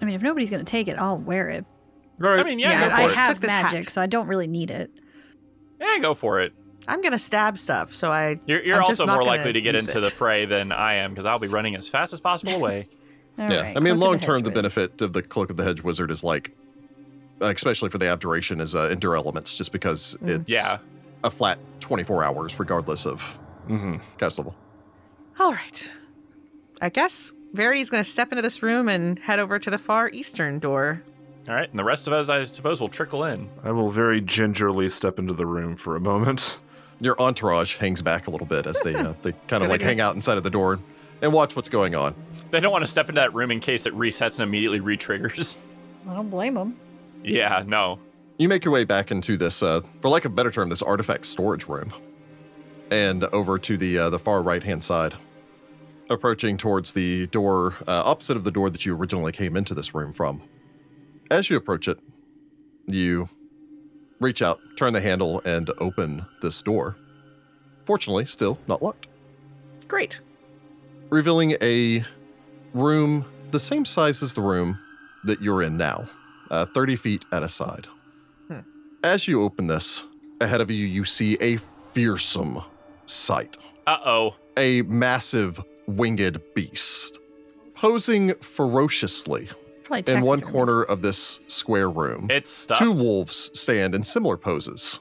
I mean, if nobody's going to take it, I'll wear it.
All right.
I mean, yeah,
Yeah,
go
I
for it.
have
Took this hat.
magic, so I don't really need it.
yeah, go for it.
I'm going to stab stuff, so I.
You're, you're
I'm just
also
not
more
gonna
likely to get
use
into
it.
the fray than I am because I'll be running as fast as possible away.
All
yeah.
right,
I mean,
cloak
long
of
term, the
hedge wizard.
benefit of the cloak of the hedge wizard is like, especially for the abjuration, is uh, endure elements, just because
Hmm.
Mm.
it's
yeah,
a flat 24 hours, regardless of
Mm-hmm.
cast level.
All right. I guess Verity's going to step into this room and head over to the far eastern door.
all right. And the rest of us, I suppose, will trickle in.
I will very gingerly step into the room for a moment.
Your entourage hangs back a little bit as they uh, they kind
Good
of like
idea.
hang out inside of the door and watch what's going on.
They don't want to step into that room in case it resets and immediately retriggers.
I don't blame them.
yeah, no.
You make your way back into this, uh, for lack of a better term, this artifact storage room, and over to the uh, the far right hand side, approaching towards the door uh, opposite of the door that you originally came into this room from. As you approach it, you reach out, turn the handle, and open this door. Fortunately, still not locked.
Great.
revealing a room the same size as the room that you're in now, uh, 30 feet at a side.
Hmm.
As you open this, ahead of you, you see a fearsome sight
Uh oh.
a massive winged beast posing ferociously
Probably
in one
taxidermy.
corner of this square room.
It's stuffed.
Two wolves stand in similar poses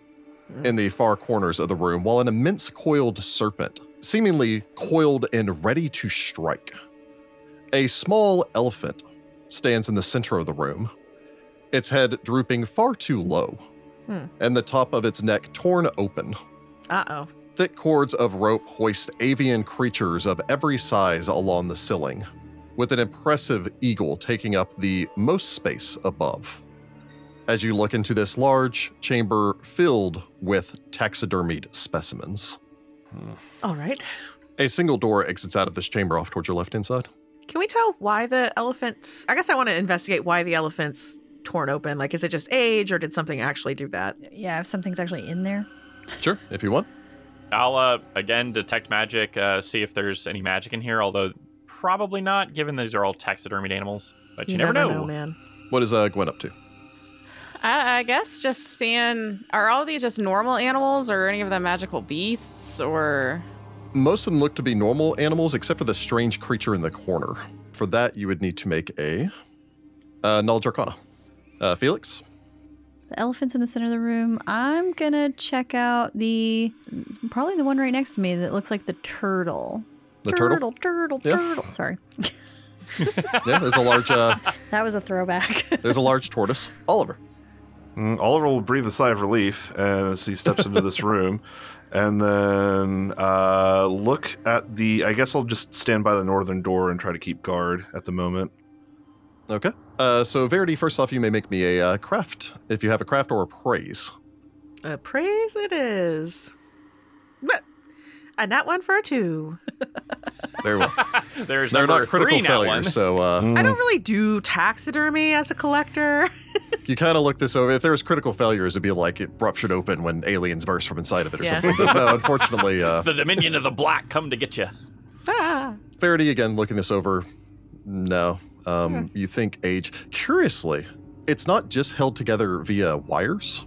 in the far corners of the room, while an immense coiled serpent, seemingly coiled and ready to strike. A small elephant stands in the center of the room, its head drooping far too low,
Hmm.
and the top of its neck torn open.
Uh oh.
Thick cords of rope hoist avian creatures of every size along the ceiling, with an impressive eagle taking up the most space above. As you look into this large chamber filled with taxidermied specimens,
Mm-hmm.
All right.
a single door exits out of this chamber off towards your left hand side.
Can we tell why the elephants? I guess I want to investigate why the elephants torn open. Like, is it just age, or did something actually do that?
Yeah, if something's actually in there.
Sure, if you want.
I'll uh, again detect magic, uh, see if there's any magic in here, although probably not, given these are all taxidermied animals. But you, never, know.
man.
What is uh, Gwen up to?
I, I guess just seeing are all these just normal animals or any of them magical beasts or
Most of them look to be normal animals, except for the strange creature in the corner. For that, you would need to make a uh, knowledge arcana. Uh, Felix,
The elephant's in the center of the room. I'm gonna check out the probably the one right next to me that looks like the turtle.
the
turtle, turtle,
Yeah.
turtle. Sorry,
yeah, there's a large uh,
that was a throwback.
there's a large tortoise. Oliver.
Mm, Oliver will breathe a sigh of relief as he steps into this room, and then uh, look at the. I guess I'll just stand by the northern door and try to keep guard at the moment.
Okay. Uh, so Verity, first off, you may make me a uh, craft if you have a craft or a praise.
A praise it is. But, and that one for a two.
Very well.
There's
They're
number
not critical
three, now one.
failures, so uh,
Mm-hmm.
I
Hmm.
don't really do taxidermy as a collector.
you kind of look this over. If there was critical failures, it'd be like it ruptured open when aliens burst from inside of it or
Yeah.
something. But no, unfortunately, uh,
It's the Dominion of the Black come to get you.
ah.
Verity again looking this over. No, um, you think age. Curiously, it's not just held together via wires.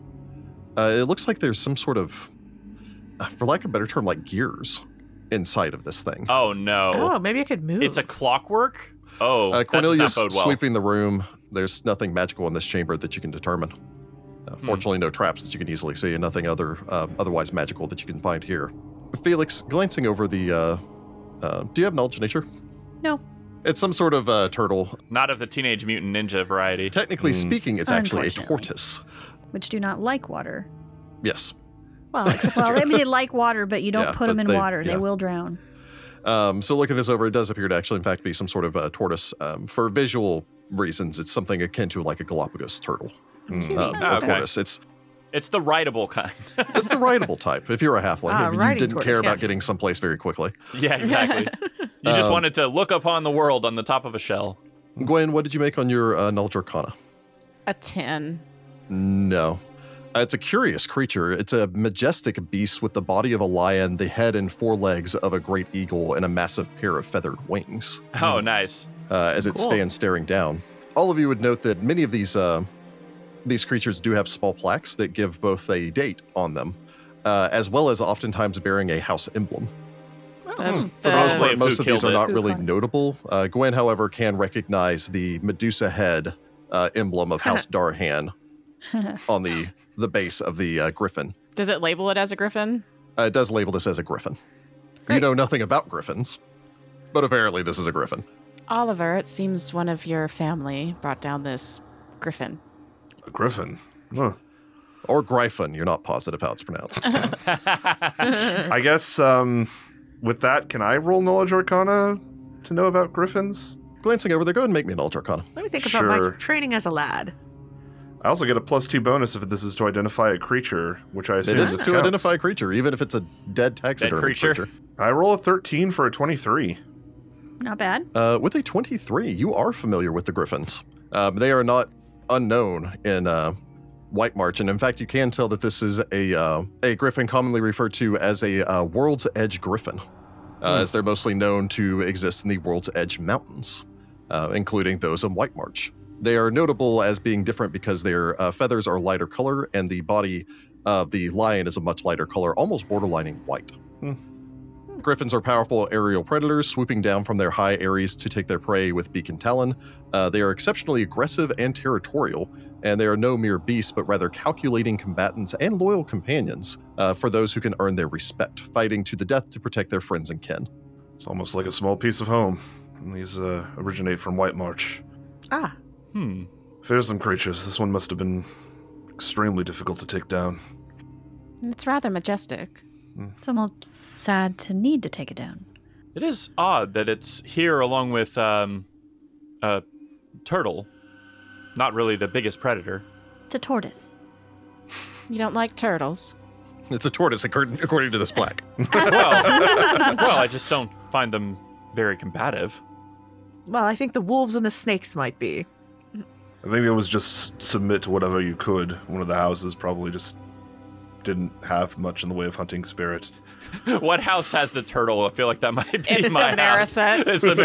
Uh, it looks like there's some sort of, uh, for lack of a better term, like gears inside of this thing.
Oh no.
Oh, maybe I could move.
It's a clockwork? Oh,
Uh,
that does not
Cornelius
bode well.
sweeping the room. There's nothing magical in this chamber that you can determine. Uh,
Hmm.
Fortunately, no traps that you can easily see, and nothing other uh, otherwise magical that you can find here. Felix, glancing over the, uh, uh, do you have knowledge of nature?
No.
It's some sort of uh, turtle.
Not of the Teenage Mutant Ninja variety.
Technically
Hmm.
speaking, it's actually a
Unfortunately.
tortoise.
Which do not like water.
Yes.
well,
Well, I mean they like water, but you don't
Yeah,
put them
but
in
they-
water.
yeah.
They will drown.
Um, so looking this over, it does appear to actually, in fact, be some sort of uh, tortoise. Um, for visual reasons, it's something akin to like a Galapagos turtle.
Mm.
Um,
Ah,
or
okay.
tortoise. It's
It's the rideable kind.
it's the rideable type. If you're a halfling,
Ah,
if you
riding
didn't care
tortoise,
about
yes.
getting someplace very quickly.
yeah, exactly. You just
Um,
wanted to look upon the world on the top of a shell.
Gwen, what did you make on your uh, Null Dracana?
A 10.
No. Uh, it's a curious creature. It's a majestic beast with the body of a lion, the head and forelegs of a great eagle, and a massive pair of feathered wings
hmm.
Oh, nice.
uh, as it
Cool.
stands staring down. All of you would note that many of these uh, these creatures do have small plaques that give both a date on them, uh, as well as oftentimes bearing a house emblem.
Oh,
That's
hmm.
For the most
Probably
the-
part,
who
most of these
killed
are
it.
not
Who
really
caught it?
notable. Uh, Gwen, however, can recognize the Medusa head uh, emblem of House Darhan on the the base of the uh, griffin.
Does it label it as a griffin?
Uh, it does label this as a griffin. You
Great.
know nothing about griffins, but apparently this is a griffin.
Oliver, it seems one of your family brought down this griffin.
A griffin. Huh.
Or Gryphon, you're not positive how it's pronounced.
I guess um, with that, can I roll Knowledge Arcana to know about griffins?
Glancing over there, go ahead and make me an Ultracana.
Let me think about my
Sure.
training as a lad.
I also get a plus two bonus if this is to identify a creature, which I assume
It is
this
to
counts.
identify a creature, even if it's a dead taxidermy
creature.
I roll a 13 for a 23.
Not bad.
Uh, with a 23, you are familiar with the Griffins. Um, they are not unknown in uh, White March, and in fact, you can tell that this is a uh, a Griffin commonly referred to as a uh, World's Edge Griffin, uh, as they're mostly known to exist in the World's Edge Mountains, uh, including those in White March. They are notable as being different because their uh, feathers are lighter color, and the body of the lion is a much lighter color, almost borderlining white. Griffins are powerful aerial predators, swooping down from their high areas to take their prey with beak and talon. Uh, they are exceptionally aggressive and territorial, and they are no mere beasts, but rather calculating combatants and loyal companions uh, for those who can earn their respect, fighting to the death to protect their friends and kin.
It's almost like a small piece of home. And These uh, originate from White March.
Ah,
hmm.
Fearsome creatures. This one must have been extremely difficult to take down.
It's rather majestic.
It's almost sad to need to take it down.
It is odd that it's here along with um, a turtle. Not really the biggest predator.
It's a tortoise.
You don't like turtles.
It's a tortoise, according, according to this black.
Well, well, I just don't find them very combative.
well, I think the wolves and the snakes might be.
I think it was just submit to whatever you could. One of the houses probably just didn't have much in the way of hunting spirit.
What house has the turtle? I feel like that might be
It's the
my house.
Marasets.
It's the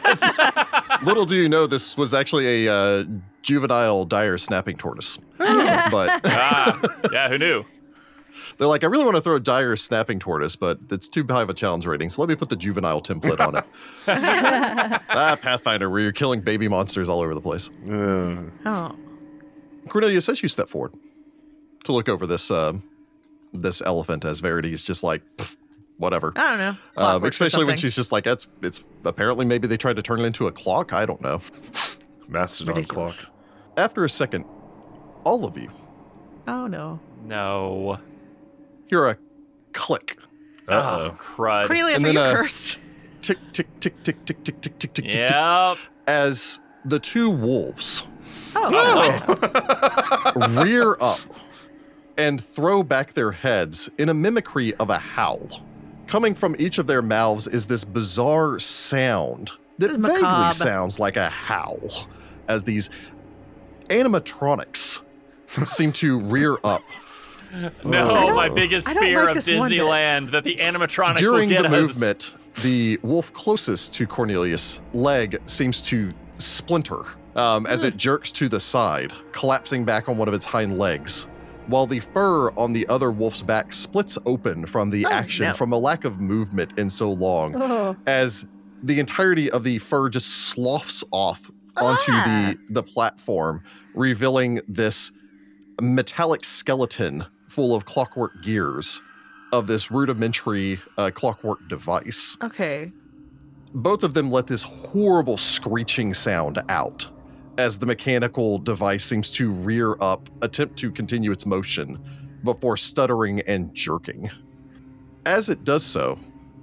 Marasets.
Little do you know, this was actually a uh, juvenile dire snapping tortoise. but
ah, yeah, who knew?
they're like, I really want to throw dire snapping tortoise, but it's too high of a challenge rating, so let me put the juvenile template on it. ah, Pathfinder, where you're killing baby monsters all over the place.
Uh,
Oh,
Cornelius, as you step forward to look over this um, this elephant, as Verity is just like, "Pff, whatever.
I don't know.
Um,
Clockwork or
especially when
Oh, something.
she's just like, that's it's apparently maybe they tried to turn it into a clock. I don't know.
Mastodon
ridiculous.
clock.
After a second, all of you
Oh no,
No.
hear a click,
Oh, crud.
Cornelius,
And then,
are you
uh,
cursed?
tick tick tick tick tick tick tick tick tick tick, tick,
Yep.
as the two wolves
Oh,
rear up and throw back their heads in a mimicry of a howl. Coming from each of their mouths is this bizarre sound that
This is
vaguely
macabre.
sounds like a howl as these animatronics seem to rear up Oh,
No, my biggest
I don't
fear
like
of
this one bit.
Disneyland that the animatronics
during
will get
the
us.
movement, the wolf closest to Cornelius' leg seems to splinter um, as
Hmm.
it jerks to the side, collapsing back on one of its hind legs, while the fur on the other wolf's back splits open from the
Oh,
action
no.
from a lack of movement in so long
Oh.
as the entirety of the fur just sloughs off onto
Ah.
the the platform, revealing this metallic skeleton full of clockwork gears of this rudimentary uh, clockwork device.
okay.
Both of them let this horrible screeching sound out as the mechanical device seems to rear up, attempt to continue its motion before stuttering and jerking. As it does so,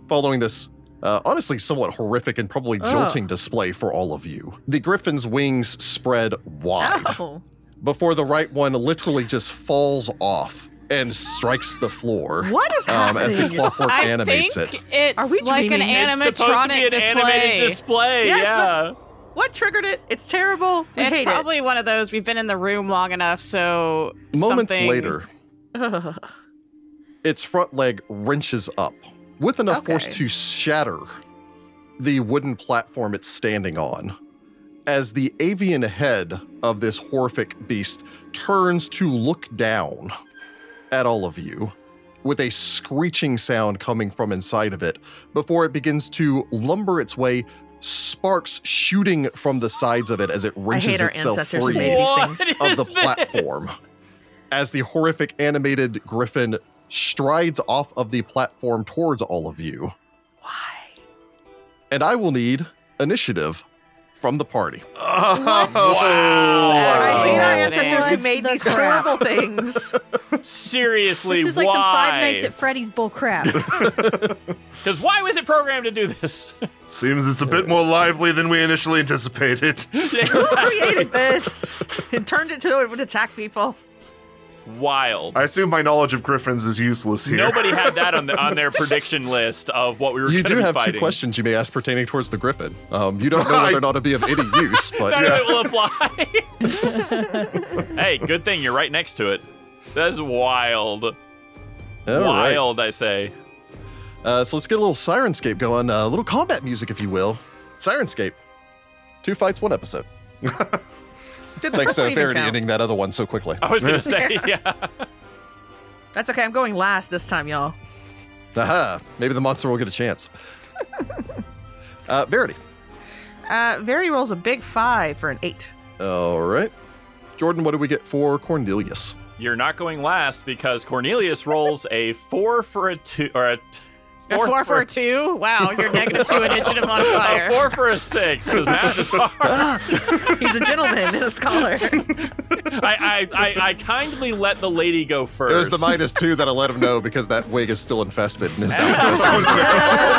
following this Uh, honestly, somewhat horrific and probably
Ugh.
jolting display for all of you. The griffin's wings spread wide
Ah.
Oh.
before the right one literally just falls off and strikes the floor
What is
um, as the
happening?
clockwork
I
animates
think
it.
it's
Are we
like an
dreaming?
It's supposed to be
animatronic
an
display.
animated display.
Yes,
yeah.
what triggered it? It's terrible. We
it's
hate
probably one of those we've been in the room long enough, so
Moments
something-
later,
it. Ugh.
its front leg wrenches up with enough force
Okay.
to shatter the wooden platform it's standing on as the avian head of this horrific beast turns to look down at all of you with a screeching sound coming from inside of it before it begins to lumber its way sparks shooting from the sides of it as it
I
wrenches
hate our
itself
ancestors
free
who made these
What
things.
is
of the
this?
platform as the horrific animated griffin strides off of the platform towards all of you.
Why?
And I will need initiative from the party.
Oh,
Wow.
I hate our
Oh.
ancestors who
What
made
the
these
crap?
horrible things.
Seriously,
This is like
why?
some Five Nights at Freddy's bull crap.
Because why was it programmed to do this?
Seems it's a bit more lively than we initially anticipated.
Who created this and turned it to it would attack people?
Wild.
I assume my knowledge of griffins is useless here.
Nobody had that on the, on their prediction list of what we were.
You do
gonna be
have
fighting.
two questions you may ask pertaining towards the griffin. Um, you don't know whether or not it'll be of any use, but
None of it will apply. hey, good thing you're right next to it. That's wild.
all right.
wild, I say.
Uh, so let's get a little sirenscape going, uh, a little combat music, if you will. Sirenscape. Two fights, one episode.
Did the
Thanks
first one
to
even
Faraday
count?
ending that other one so quickly.
I was gonna say, yeah.
That's okay. I'm going last this time, y'all.
Aha! Maybe the monster will get a chance. uh, Verity.
Uh, Very rolls a big five for an eight.
All right. Jordan, what do we get for Cornelius?
You're not going last because Cornelius rolls a four for a two or a
A Four, for,
for-
a two. Wow, your negative two initiative modifier.
a four for a six because math is hard.
He's a gentleman and a scholar.
I, I, I, I kindly let the lady go first.
It was the minus two that I let him know because that wig is still infested and is now.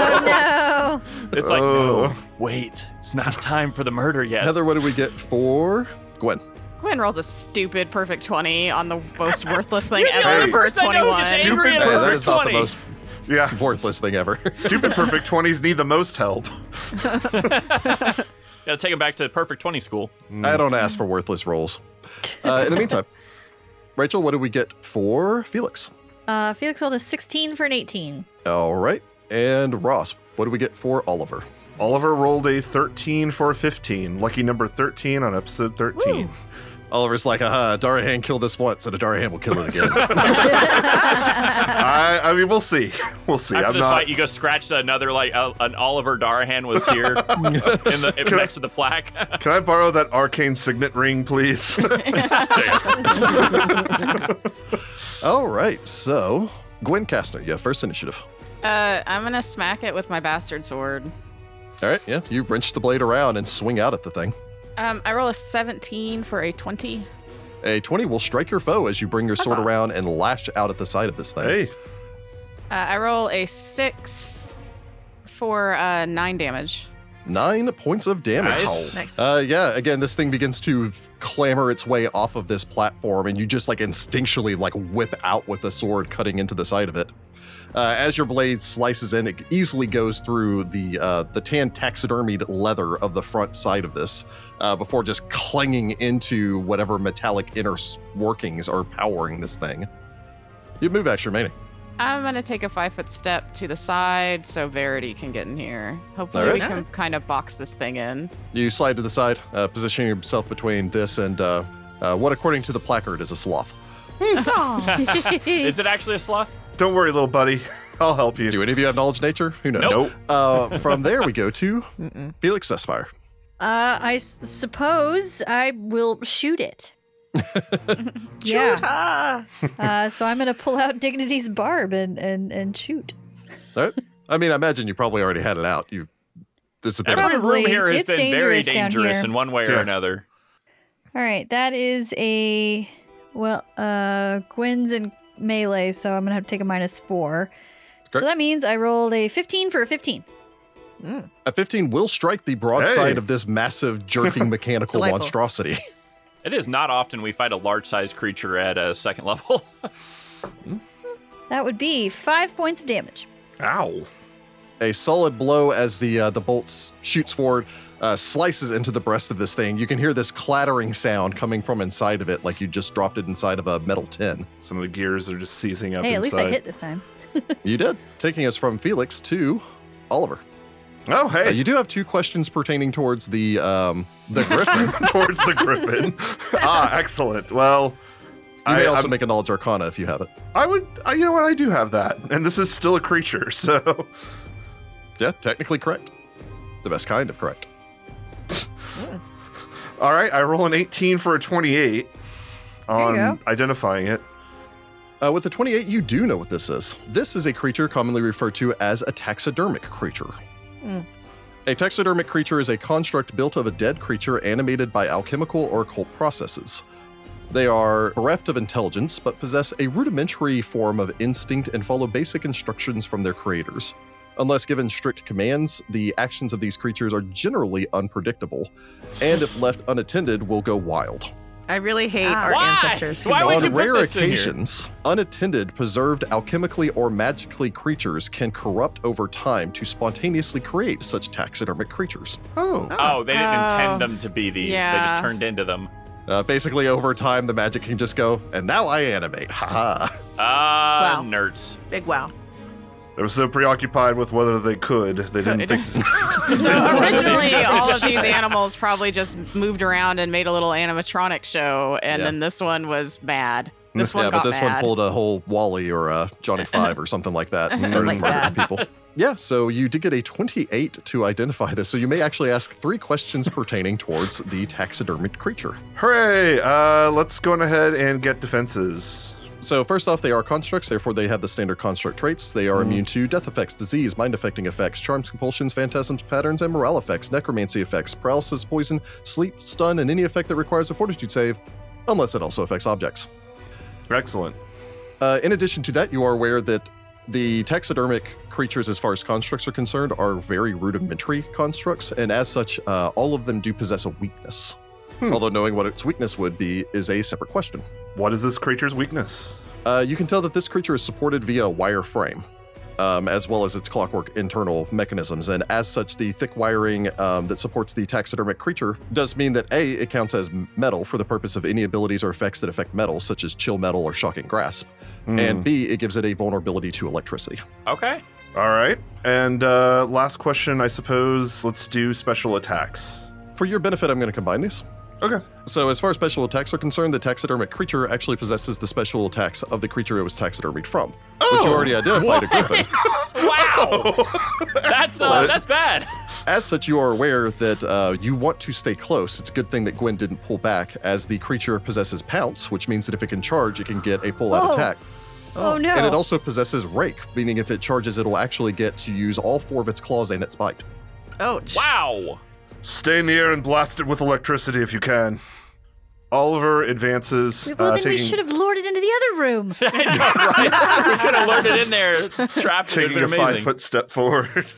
oh no!
It's like
Oh.
no, wait, it's not time for the murder yet.
Heather, what do we get for Gwen?
Gwen rolls a stupid perfect 20 on the most worthless thing
You're the
ever
only
for a
person I know who's
21.
angry
Stupid
at a
man,
that
perfect
is not the
20.
most
Yeah.
worthless thing ever.
Stupid perfect 20s need the most help.
Gotta take him back to perfect 20 school.
I don't ask for worthless rolls. Uh, in the meantime, Rachel, what do we get for Felix?
Uh, Felix rolled a 16 for an 18.
All right. And Ross, what do we get for Oliver?
Oliver rolled a 13 for a 15. Lucky number 13 on episode 13.
Oliver's like, aha, Darahan killed this once and Darahan will kill it again.
I, I mean, we'll see. We'll see.
After
I'm
this
not.
fight, you go scratch another like uh, an Oliver Darahan was here in the next to the plaque.
Can I borrow that arcane signet ring, please?
All right. So, Gwen Kastner, yeah, first initiative.
Uh, I'm gonna smack it with my bastard sword.
All right. Yeah. You wrench the blade around and swing out at the thing.
Um, I roll a 17 for a 20.
A 20 will strike your foe as you bring your sword around and lash out at the side of this thing.
hey,
Uh, I roll a 6 for uh, 9 damage.
Nine points of damage.
Nice.
Nice.
Uh, yeah, again, this thing begins to clamber its way off of this platform, and you just like instinctually like whip out with the sword, cutting into the side of it. Uh, as your blade slices in, it easily goes through the uh, the tan taxidermied leather of the front side of this, uh, before just clanging into whatever metallic inner s- workings are powering this thing. You move action remaining.
I'm gonna take a five foot step to the side so Verity can get in here. Hopefully,
All
we
right.
can kind of box this thing in.
You slide to the side, uh, positioning yourself between this and uh, uh, what, according to the placard, is a sloth.
Is it actually a sloth?
don't worry, little buddy. I'll help you.
Do any of you have knowledge nature? Who knows?
Nope.
Uh, from there, we go to
Mm-mm.
Felix Sessfire.
Uh, I s- suppose I will shoot it.
Shoot, ah.
Uh, so I'm gonna pull out Dignity's barb and and and shoot.
All right. I mean, I imagine you probably already had it out. You, this has been.
Everyone in the room
Probably.
here has
It's
been very
dangerous down
dangerous
here.
in one way or
Yeah.
another.
All right, that is a well. Uh, Gwen's in melee, so I'm gonna have to take a minus four.
Correct.
So that means I rolled a 15 for a 15.
A 15 will strike the broadside
Hey.
of this massive, jerking mechanical
Delightful.
monstrosity.
It is not often we fight a large sized creature at a second level.
Oh.
That would be five points of damage.
Ow.
A solid blow as the uh, the bolt s- shoots forward, uh, slices into the breast of this thing. You can hear this clattering sound coming from inside of it, like you just dropped it inside of a metal tin.
Some of the gears are just seizing up
hey, at
inside.
least I hit this time.
you did, taking us from Felix to Oliver.
Oh,
Uh,
hey.
you do have two questions pertaining towards the um, the griffin.
towards the griffin. ah, excellent. Well,
You
I,
may also
I'm-
make a knowledge arcana if you have it.
I would. I, you know what? I do have that, and this is still a creature. So
Yeah, technically correct. The best kind of correct.
All right, I roll an 18 for a 28
you
on
go.
identifying it.
Uh, with the 28, you do know what this is. This is a creature commonly referred to as a taxidermic creature.
Mm.
A taxidermic creature is a construct built of a dead creature animated by alchemical or occult processes. They are bereft of intelligence, but possess a rudimentary form of instinct and follow basic instructions from their creators. Unless given strict commands, the actions of these creatures are generally unpredictable, and if left unattended, will go wild.
I really hate
Ah.
our
Why?
ancestors. who
Why
built-
would you
On
put
rare
this in here?
occasions, unattended, preserved alchemically or magically creatures can corrupt over time to spontaneously create such taxidermic creatures.
Oh,
oh, they didn't
Oh.
intend them to be these. They
Yeah.
just turned into them.
Uh, basically, over time, the magic can just go, and now I animate. Haha.
Ah,
Wow.
nerds.
Big wow.
they were so preoccupied with whether they could, they didn't
Could.
think.
So originally, all of these animals probably just moved around and made a little animatronic show, and
Yeah.
then this one was mad. This one
yeah,
got
but this one
mad.
pulled a whole Wally or a Johnny Five or something like that and started
Something
murdering
like
people. Yeah, so you did get a 28 to identify this, so you may actually ask three questions pertaining towards the taxidermic creature.
Hooray! Uh, let's go on ahead and get defenses.
So first off, they are constructs, therefore they have the standard construct traits. They are immune to death effects, disease, mind affecting effects, charms, compulsions, phantasms, patterns, and morale effects, necromancy effects, paralysis, poison, sleep, stun, and any effect that requires a fortitude save, unless it also affects objects.
Excellent.
Uh, in addition to that, you are aware that the taxidermic creatures, as far as constructs are concerned, are very rudimentary constructs, and as such, uh, all of them do possess a weakness. Although knowing what its weakness would be is a separate question.
What is this creature's weakness?
Uh, you can tell that this creature is supported via a wire frame, um, as well as its clockwork internal mechanisms. And as such, the thick wiring um, that supports the taxidermic creature does mean that A, it counts as metal for the purpose of any abilities or effects that affect metal, such as chill metal or shocking grasp.
Hmm.
And B, it gives it a vulnerability to electricity.
Okay.
All right. And uh, last question, I suppose. Let's do special attacks.
For your benefit, I'm going to combine these.
Okay.
So, as far as special attacks are concerned, the taxidermic creature actually possesses the special attacks of the creature it was taxidermied from, which you already identified a griffin.
Wow. that's uh, that's bad.
As such, you are aware that uh, you want to stay close. It's a good thing that Gwen didn't pull back, as the creature possesses pounce, which means that if it can charge, it can get a full out
Oh.
attack.
Oh, no.
And it also possesses rake, meaning if it charges, it'll actually get to use all four of its claws and its bite.
Ouch.
Wow.
Stay in the air and blast it with electricity if you can. Oliver advances.
well,
uh,
then we
taking-
should have lured it into the other room.
I know, right? we could have lured it in there, trapped it. It
taking
would
a
have been
five
amazing.
foot step forward.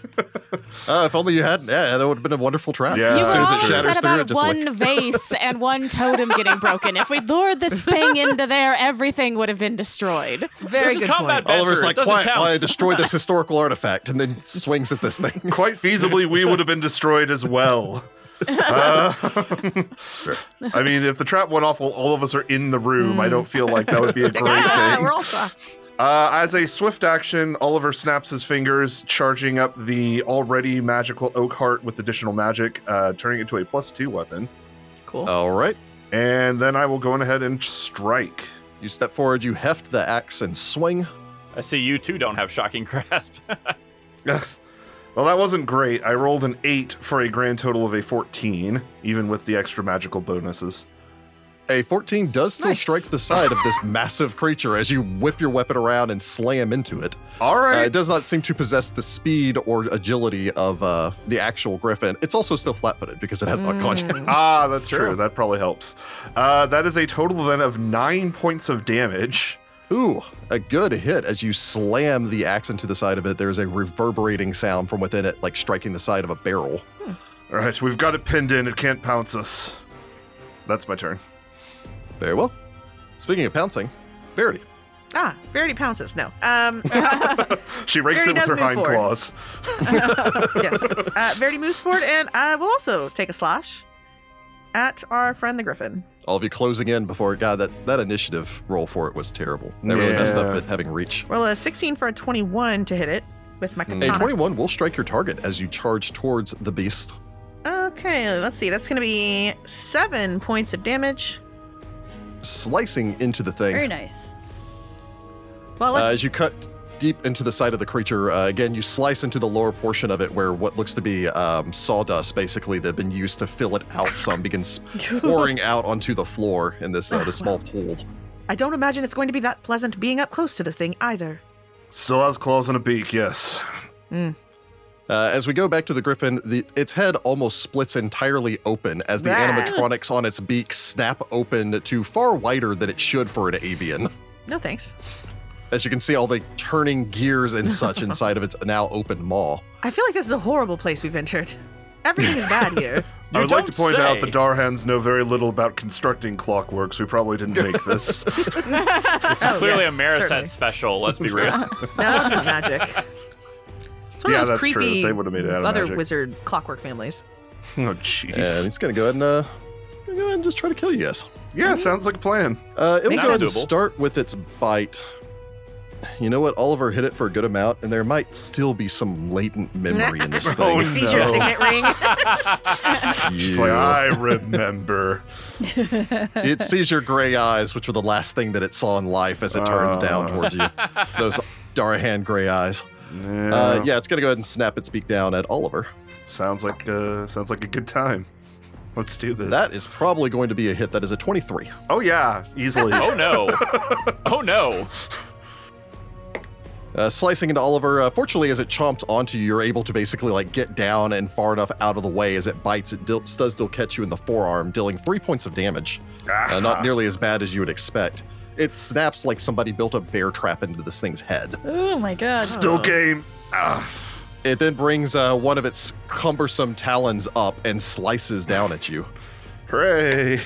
Uh, if only you hadn't. Yeah, that would have been a wonderful trap.
Yeah.
You
As
were
soon
all
as it
upset
shatters through, it
about
just
one vase and one totem getting broken. If we lured this thing into there, everything would have been destroyed.
Very
this
good
is combat
point.
banter.
Oliver's like,
it doesn't
quiet
count.
while I destroy this historical artifact, and then swings at this thing.
Quite feasibly, we would have been destroyed as well. Uh, I mean, if the trap went off while all of us are in the room, I don't feel like that would be a great
Ah,
thing.
we're all fucked.
Uh, as a swift action, Oliver snaps his fingers, charging up the already magical oak heart with additional magic, uh, turning it to a plus two weapon.
Cool.
Oh.
All right.
And then I will go on ahead and strike.
You step forward, you heft the axe and swing.
I see you too don't have shocking grasp.
well, that wasn't great. I rolled an eight for a grand total of a 14, even with the extra magical bonuses.
A 14 does still
Nice.
strike the side of this massive creature as you whip your weapon around and slam into it.
All
Uh,
right.
it does not seem to possess the speed or agility of uh, the actual griffin. It's also still flat footed because it has not gone yet.
Ah, that's true.
Sure.
That probably helps. Uh, that is a total then of nine points of damage.
Ooh, a good hit. As you slam the axe into the side of it, there's a reverberating sound from within it, like striking the side of a barrel.
All right, we've got it pinned in. It can't pounce us. That's my turn.
Very well. Speaking of pouncing, Verity.
Ah, Verity pounces. No. Um,
She rakes
Barry
it with
does
her
move
hind
forward.
claws.
yes. Uh, Verity moves forward, and I will also take a slash at our friend the Griffin.
All of you closing in before God, that, that initiative roll for it was terrible. That really messed up
Yeah.
at having reach.
Roll a 16 for a 21 to hit it with my
Hmm. A
katana.
21 will strike your target as you charge towards the beast.
Okay, let's see. That's going to be seven points of damage.
slicing into the
Very
thing.
nice.
Well,
Uh,
let's
as you cut deep into the side of the creature, uh, again, you slice into the lower portion of it where what looks to be um, sawdust, basically, that had been used to fill it out some, begins pouring out onto the floor in this, uh, this small pool.
I don't imagine it's going to be that pleasant being up close to this thing either.
Still has claws and a beak, yes.
Uh, as we go back to the griffin, the, its head almost splits entirely open as the
Bah.
animatronics on its beak snap open to far wider than it should for an avian.
No thanks.
As you can see, all the turning gears and such inside of its now open maw.
I feel like this is a horrible place we've entered. Everything is bad here.
I
You
would like to
don't
point out the
say.
Darhans know very little about constructing clockworks. We probably didn't make this.
This is
Oh,
clearly
yes,
a Marisette
certainly.
special. Let's be real.
No, that's not magic. It's one
Yeah,
of those
that's true.
creepy
They would've made it out of
other
magic.
wizard clockwork families.
oh, jeez.
And he's gonna go ahead and uh, gonna go ahead and just try to kill you guys.
yeah, sounds like a plan.
Uh, it will
Makes
go ahead and
sense. Doable.
start with its bite. You know what? Oliver hit it for a good amount, and there might still be some latent memory in this
Oh,
thing.
It's easier
No.
to signet ring.
She's like, ah. I remember.
it sees your gray eyes, which were the last thing that it saw in life as it turns down
Ah.
towards you. Those Darahan gray eyes.
yeah,
Uh, yeah, it's gonna go ahead and snap its beak down at Oliver.
Sounds like uh, sounds like a good time. Let's do this.
That is probably going to be a hit. That is a 23.
oh yeah, easily.
Oh no. Oh no.
uh, slicing into Oliver. Uh, fortunately, as it chomps onto you, you're able to basically like get down and far enough out of the way as it bites. It dil- does still catch you in the forearm, dealing three points of damage. Uh, not nearly as bad as you would expect. It snaps like somebody built a bear trap into this thing's head.
Oh my god.
Still game. Ah.
It then brings uh, one of its cumbersome talons up and slices down at you,
Hooray.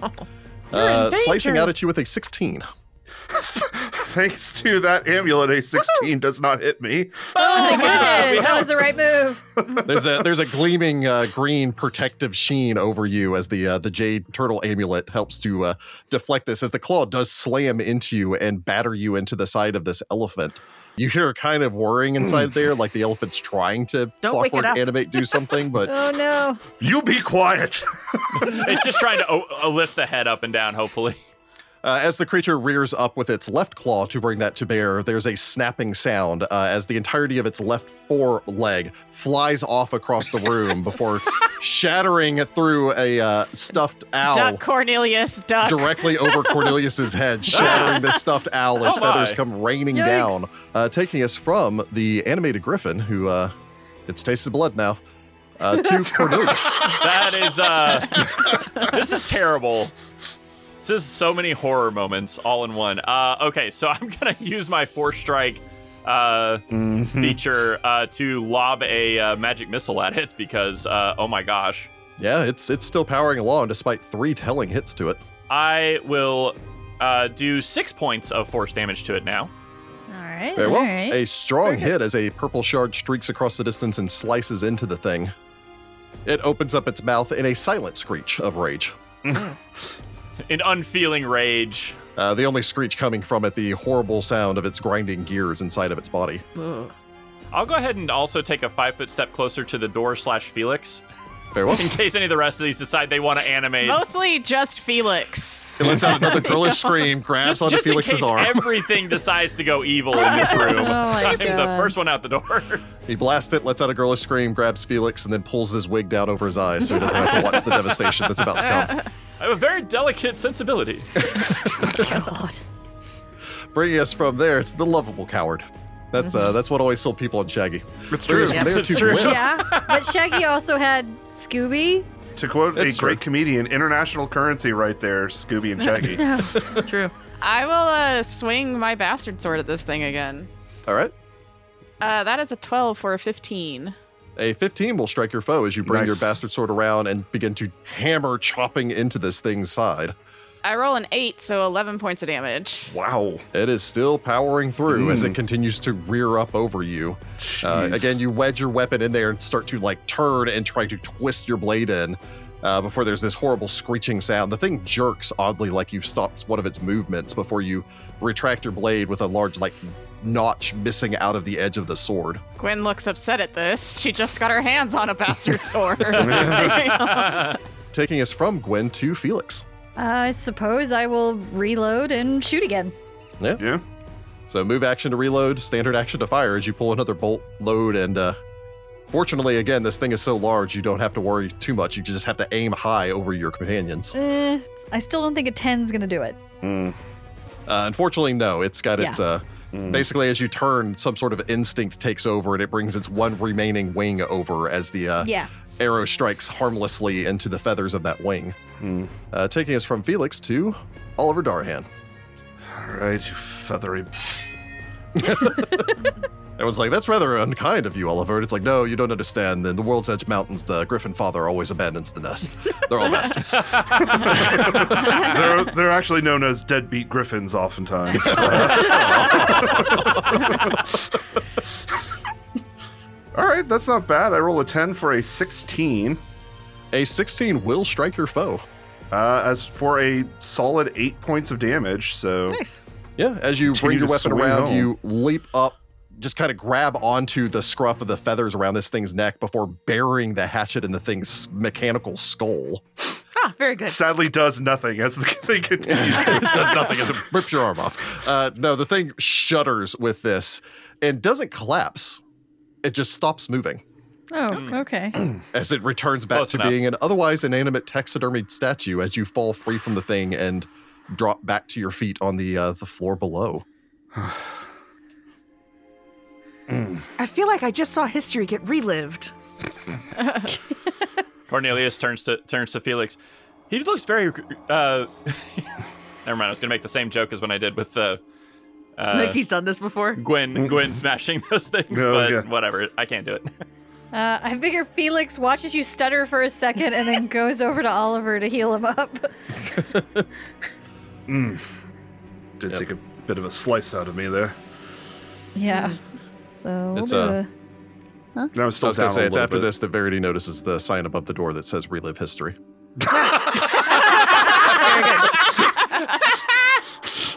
uh, slicing out at you with a 16.
Thanks to that amulet, A16 does not hit me.
Oh my
we
goodness. That was
helped.
the right move.
There's a there's a gleaming uh, green protective sheen over you as the uh, the jade turtle amulet helps to uh, deflect this. As the claw does slam into you and batter you into the side of this elephant, you hear a kind of whirring inside there, like the elephant's trying to
Hmm. Don't wake it
clockwork
up.
animate do something, but
Oh no.
You be quiet.
It's just trying to o- uh, lift the head up and down, hopefully.
Uh, as the creature rears up with its left claw to bring that to bear, there's a snapping sound uh, as the entirety of its left foreleg flies off across the room before shattering through a uh, stuffed owl
Duck, Cornelius, duck.
directly over Cornelius's head, shattering the stuffed owl as
Oh my.
feathers come raining
Yikes.
down, uh, taking us from the animated griffin, who uh, it's tasted blood now, uh, to Cornelius.
That is uh This is terrible. This is so many horror moments all in one. Uh okay, so I'm going to use my force strike uh feature uh to lob a uh, magic missile at it because uh oh my gosh.
yeah, it's it's still powering along despite three telling hits to it.
I will uh, do six points of force damage to it now.
All right.
Very well.
All right.
A strong hit as a purple shard streaks across the distance and slices into the thing. It opens up its mouth in a silent screech of rage.
In unfeeling rage.
Uh, the only screech coming from it, the horrible sound of its grinding gears inside of its body.
Ugh.
I'll go ahead and also take a five foot step closer to the door slash Felix
Very well.
in case any of the rest of these decide they want to animate.
Mostly just Felix.
It lets out another girlish scream, grabs
just
onto
just in
Felix's
case
arm.
everything decides to go evil in this room.
my
I'm the
Oh, God.
first one out the door.
he blasts it, lets out a girlish scream, grabs Felix, and then pulls his wig down over his eyes so he doesn't have to watch the devastation that's about to come.
I have a very delicate sensibility.
God.
Bringing us from there, it's the lovable coward. That's uh, that's what always sold people on Shaggy. Bringing
It's true.
us from
Yep,
there
it's
to
true.
Glimp.
Yeah. But Shaggy also had Scooby.
To quote
It's
a
true.
Uh,
great comedian, international currency right there, Scooby and Shaggy.
True.
I will uh, swing my bastard sword at this thing again.
All right.
Uh, that is a 12 for a 15.
A 15 will strike your foe as you bring your
Nice.
bastard sword around and begin to hammer chopping into this thing's side.
I roll an 8, so 11 points of damage.
Wow.
It is still powering through as
Mm.
it continues to rear up over you. Uh,
Jeez.
again, you wedge your weapon in there and start to like turn and try to twist your blade in uh, before there's this horrible screeching sound. The thing jerks oddly, like you've stopped one of its movements before you retract your blade with a large like notch missing out of the edge of the sword.
Gwen looks upset at this. She just got her hands on a bastard sword.
Taking us from Gwen to Felix.
I suppose I will reload and shoot again.
Yeah.
So move action to reload, standard action to fire as you pull another bolt load and uh fortunately again this thing is so large you don't have to worry too much. You just have to aim high over your companions.
Eh, I still don't think a 10's gonna do it.
Mm.
Uh, unfortunately no, it's got its
Yeah.
uh basically as you turn some sort of instinct takes over and it brings its one remaining wing over as the uh,
Yeah.
arrow strikes harmlessly into the feathers of that wing.
Mm.
Uh, taking us from Felix to Oliver Darhan.
All right, you feathery.
Everyone's like, that's rather unkind of you, Oliver. And it's like, no, you don't understand. In the world's edge mountains, the griffin father always abandons the nest. They're all bastards.
they're, they're actually known as deadbeat griffins, oftentimes. All right, that's not bad. I roll a 10 for a 16.
a 16 will strike your foe.
Uh, as for a solid eight points of damage, so
Nice.
Yeah, as you
Continue
bring your
to
weapon
swing
around,
home.
you leap up, just kind of grab onto the scruff of the feathers around this thing's neck before burying the hatchet in the thing's mechanical skull.
Ah, very good.
sadly does nothing as the thing continues.
it does nothing. It rips your arm off. Uh, no, the thing shudders with this and doesn't collapse. It just stops moving
Oh,
Mm.
okay.
as it returns back
Close
to
enough.
being an otherwise inanimate taxidermied statue as you fall free from the thing and drop back to your feet on the uh, the floor below.
I feel like I just saw history get relived.
Cornelius turns to turns to Felix. He looks very. Uh, never mind. I was gonna make the same joke as when I did with uh, uh,
like he's done this before.
Gwen. Gwen smashing those things,
Oh,
but
yeah.
whatever. I can't do it.
Uh, I figure Felix watches you stutter for a second and then goes over to Oliver to heal him up.
Did
Yep.
take a bit of a slice out of me there.
Yeah. So we'll
Mm. It's,
do
uh,
a-
Now I'm
I
still
was
down
going to say
a
it's
little
after
bit.
this that Verity notices the sign above the door that says "Relive History."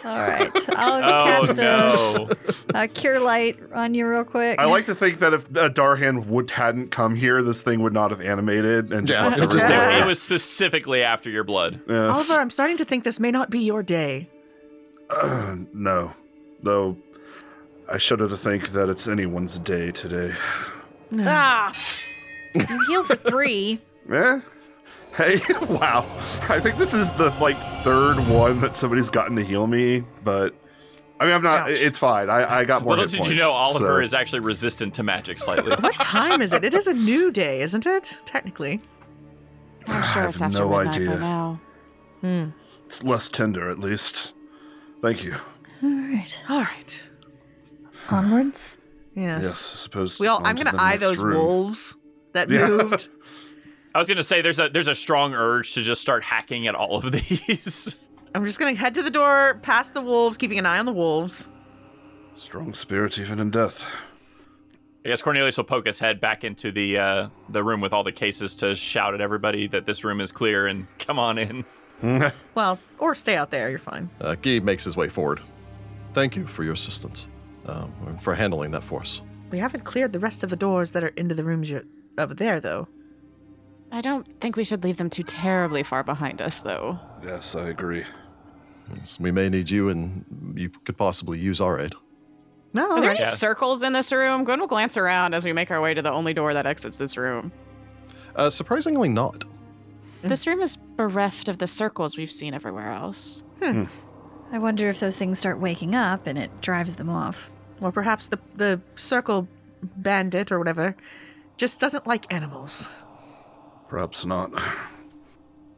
all right. Oliver
Oh
cast
no!
a, a Uh, cure light on you real quick.
I like to think that if uh, Darhan would hadn't come here, this thing would not have animated and just
Yeah,
left
it
everything.
just-
it was specifically after your blood.
Yeah.
Oliver, I'm starting to think this may not be your day.
Uh, no, though I shudder to think that it's anyone's day today.
ah,
you heal for three.
Eh? Hey, wow! I think this is the like third one that somebody's gotten to heal me, but I mean, I'm not.
Ouch.
It's fine. I, I got more.
Little
hit
did
points,
you know Oliver
so-
is actually resistant to magic slightly.
What time is it? It is a new day, isn't it? Technically.
I'm
I
sure
have
it's after
no
midnight
idea.
by now.
Hmm.
It's less tender, at least. Thank you.
All right.
All right.
Onwards.
Yes.
Yes, I suppose.
Well,
on
I'm
to
gonna
the
eye
next
those
room.
wolves that
Yeah.
moved.
I was gonna say there's a there's a strong urge to just start hacking at all of these.
I'm just gonna head to the door, past the wolves, keeping an eye on the wolves.
Strong spirit, even in death.
I guess Cornelius will poke his head back into the uh, the room with all the cases to shout at everybody that this room is clear and come on in.
Well, or stay out there. You're fine.
Uh, Guy makes his way forward. Thank you for your assistance, um, and for handling that for us.
We haven't cleared the rest of the doors that are into the rooms yet over there, though.
I don't think we should leave them too terribly far behind us, though.
Yes, I agree.
Yes, we may need you, and you could possibly use our aid.
No,
Are
all
there
Oh,
right.
any
Yeah.
circles in this room? Gwen will glance around as we make our way to the only door that exits this room.
Uh, surprisingly, not.
This room is bereft of the circles we've seen everywhere else.
I wonder if those things start waking up and it drives them off.
or perhaps the the circle bandit or whatever just doesn't like animals.
Perhaps not.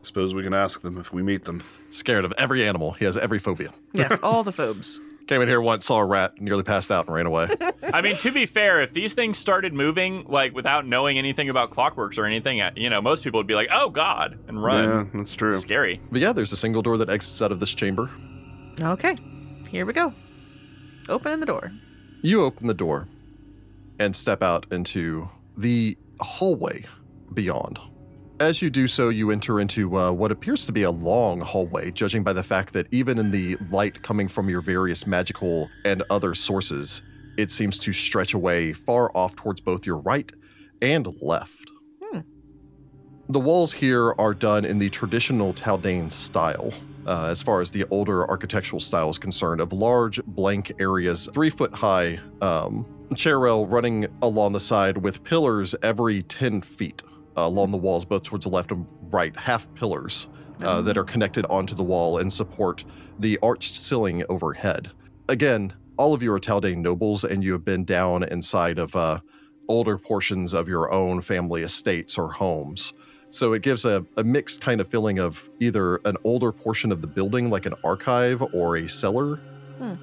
Suppose we can ask them if we meet them.
Scared of every animal. He has every phobia.
Yes, all the phobes.
Came in here once, saw a rat, nearly passed out and ran away.
I mean, to be fair, if these things started moving like without knowing anything about clockworks or anything, uh, you know, most people would be like, "Oh God," and
Yeah,
run.
that's true.
Scary.
but yeah, there's a single door that exits out of this chamber.
Okay, here we go. Opening the door.
You open the door and step out into the hallway beyond. As you do so, you enter into uh, what appears to be a long hallway, judging by the fact that even in the light coming from your various magical and other sources, it seems to stretch away far off towards both your right and left.
Hmm.
The walls here are done in the traditional Taldane style uh, as far as the older architectural style is concerned, of large blank areas, three foot high, um, chair rail running along the side with pillars every 10 feet uh, along the walls, both towards the left and right, half pillars uh, that are connected onto the wall and support the arched ceiling overhead. Again, all of you are Taldane nobles, and you have been down inside of uh, older portions of your own family estates or homes. So it gives a, a mixed kind of feeling of either an older portion of the building, like an archive or a cellar,
Hmm.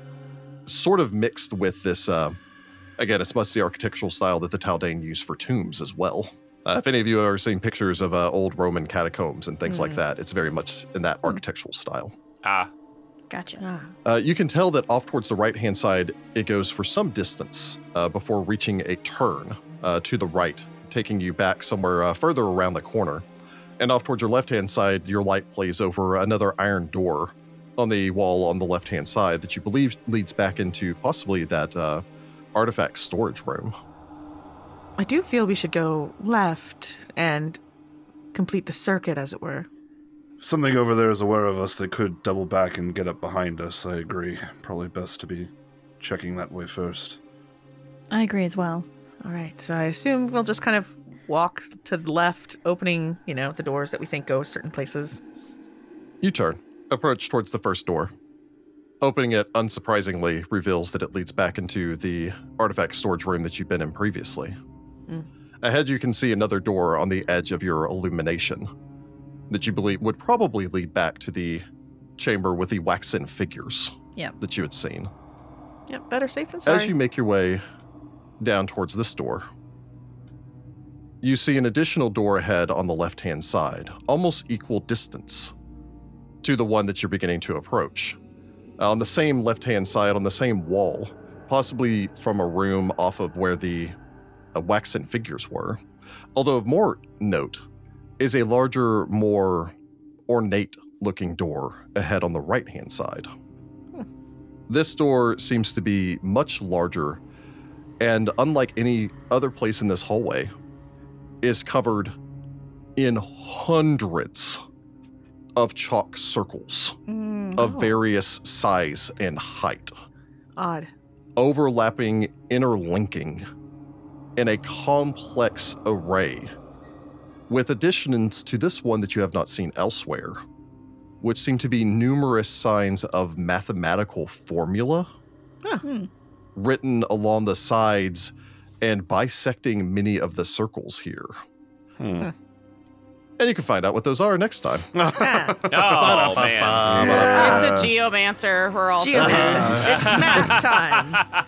sort of mixed with this. Uh, again, it's much the architectural style that the Taldane use for tombs as well. Uh, if any of you have ever seen pictures of uh, old Roman catacombs and things like
Mhm.
that, it's very much in that architectural style.
Ah,
Gotcha.
Ah,
Uh, you can tell that off towards the right hand side, it goes for some distance uh, before reaching a turn uh, to the right, taking you back somewhere uh, further around the corner. And off towards your left hand side, your light plays over another iron door on the wall on the left hand side that you believe leads back into possibly that uh, artifact storage room.
I do feel we should go left and complete the circuit, as it were.
Something over there is aware of us that could double back and get up behind us. I agree. Probably best to be checking that way first.
I agree as well.
All right, so I assume we'll just kind of walk to the left, opening, you know, the doors that we think go certain places.
You turn, approach towards the first door. Opening it, unsurprisingly, reveals that it leads back into the artifact storage room that you've been in previously.
Mm.
Ahead, you can see another door on the edge of your illumination that you believe would probably lead back to the chamber with the waxen figures
Yep.
that you had seen.
Yep, better safe than sorry.
As you make your way down towards this door, you see an additional door ahead on the left hand side, almost equal distance to the one that you're beginning to approach. Uh, On the same left hand side, on the same wall, possibly from a room off of where the uh, waxen figures were. Although, of more note, is a larger, more ornate looking door ahead on the right hand side. This door seems to be much larger, and unlike any other place in this hallway, is covered in hundreds of chalk circles
Mm,
of
oh,
various size and height,
odd.
overlapping, interlinking in a complex array, with additions to this one that you have not seen elsewhere, which seem to be numerous signs of mathematical formula
Hmm.
written along the sides and bisecting many of the circles here.
Hmm.
And you can find out what those are next time.
Ah,
oh man.
Yeah.
It's a geomancer. We're all
Geomancer. it's math time.
Uh,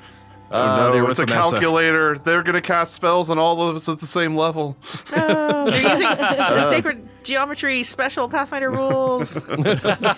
oh,
the
no, it's a
arithmancer.
calculator. They're going to cast spells on all of us at the same level.
No, they're using the sacred geometry special Pathfinder rules.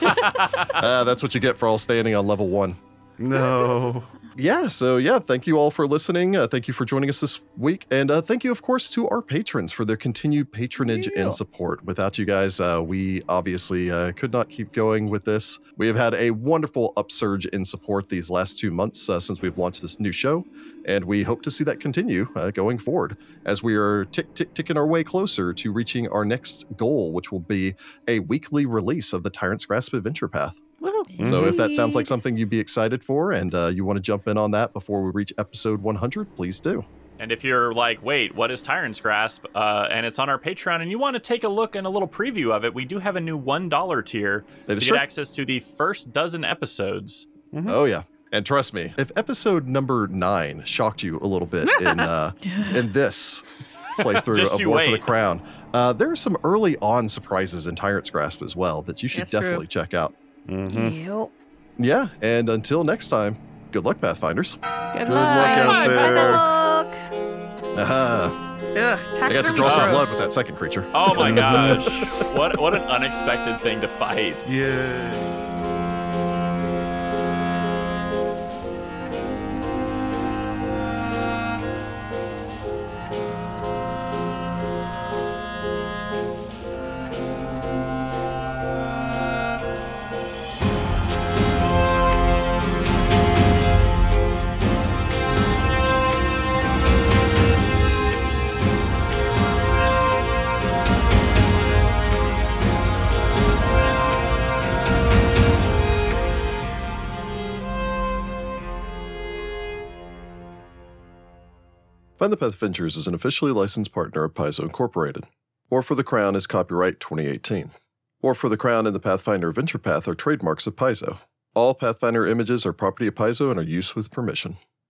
Uh, that's what you get for all standing on level one.
No.
Yeah, so yeah, thank you all for listening. Uh, thank you for joining us this week. And uh, thank you, of course, to our patrons for their continued patronage
Yeah.
and support. Without you guys, uh, we obviously uh, could not keep going with this. We have had a wonderful upsurge in support these last two months uh, since we've launched this new show. And we hope to see that continue uh, going forward as we are tick, tick, ticking our way closer to reaching our next goal, which will be a weekly release of the Tyrant's Grasp Adventure Path.
Woohoo.
So if that sounds
Mm-hmm.
like
Indeed.
something you'd be excited for and uh, you want to jump in on that before we reach episode 100, please do.
And if you're like, wait, what is Tyrant's Grasp? Uh, and it's on our Patreon, and you want to take a look and a little preview of it, we do have a new $1 tier
That
to
is
get
true.
access to the first dozen episodes.
Oh yeah. And trust me, if episode number 9 shocked you a little bit in uh, in this playthrough
Just
of
you
War for the
wait.
Crown, Uh, there are some early on surprises in Tyrant's Grasp as well that you should
That's true.
definitely check out.
Mm-hmm.
Yep.
Yeah, and until next time, good luck, Pathfinders.
Good,
Good luck out
luck.
there.
Look.
Ah, I
Ugh,
got to
taxidermy
draw some
Gross.
blood with that second creature.
Oh my gosh. What what an unexpected thing to fight.
Yeah.
Find the Path Ventures is an officially licensed partner of Paizo Incorporated. War for the Crown is copyright 2018. War for the Crown and the Pathfinder Venture Path are trademarks of Paizo. All Pathfinder images are property of Paizo and are used with permission.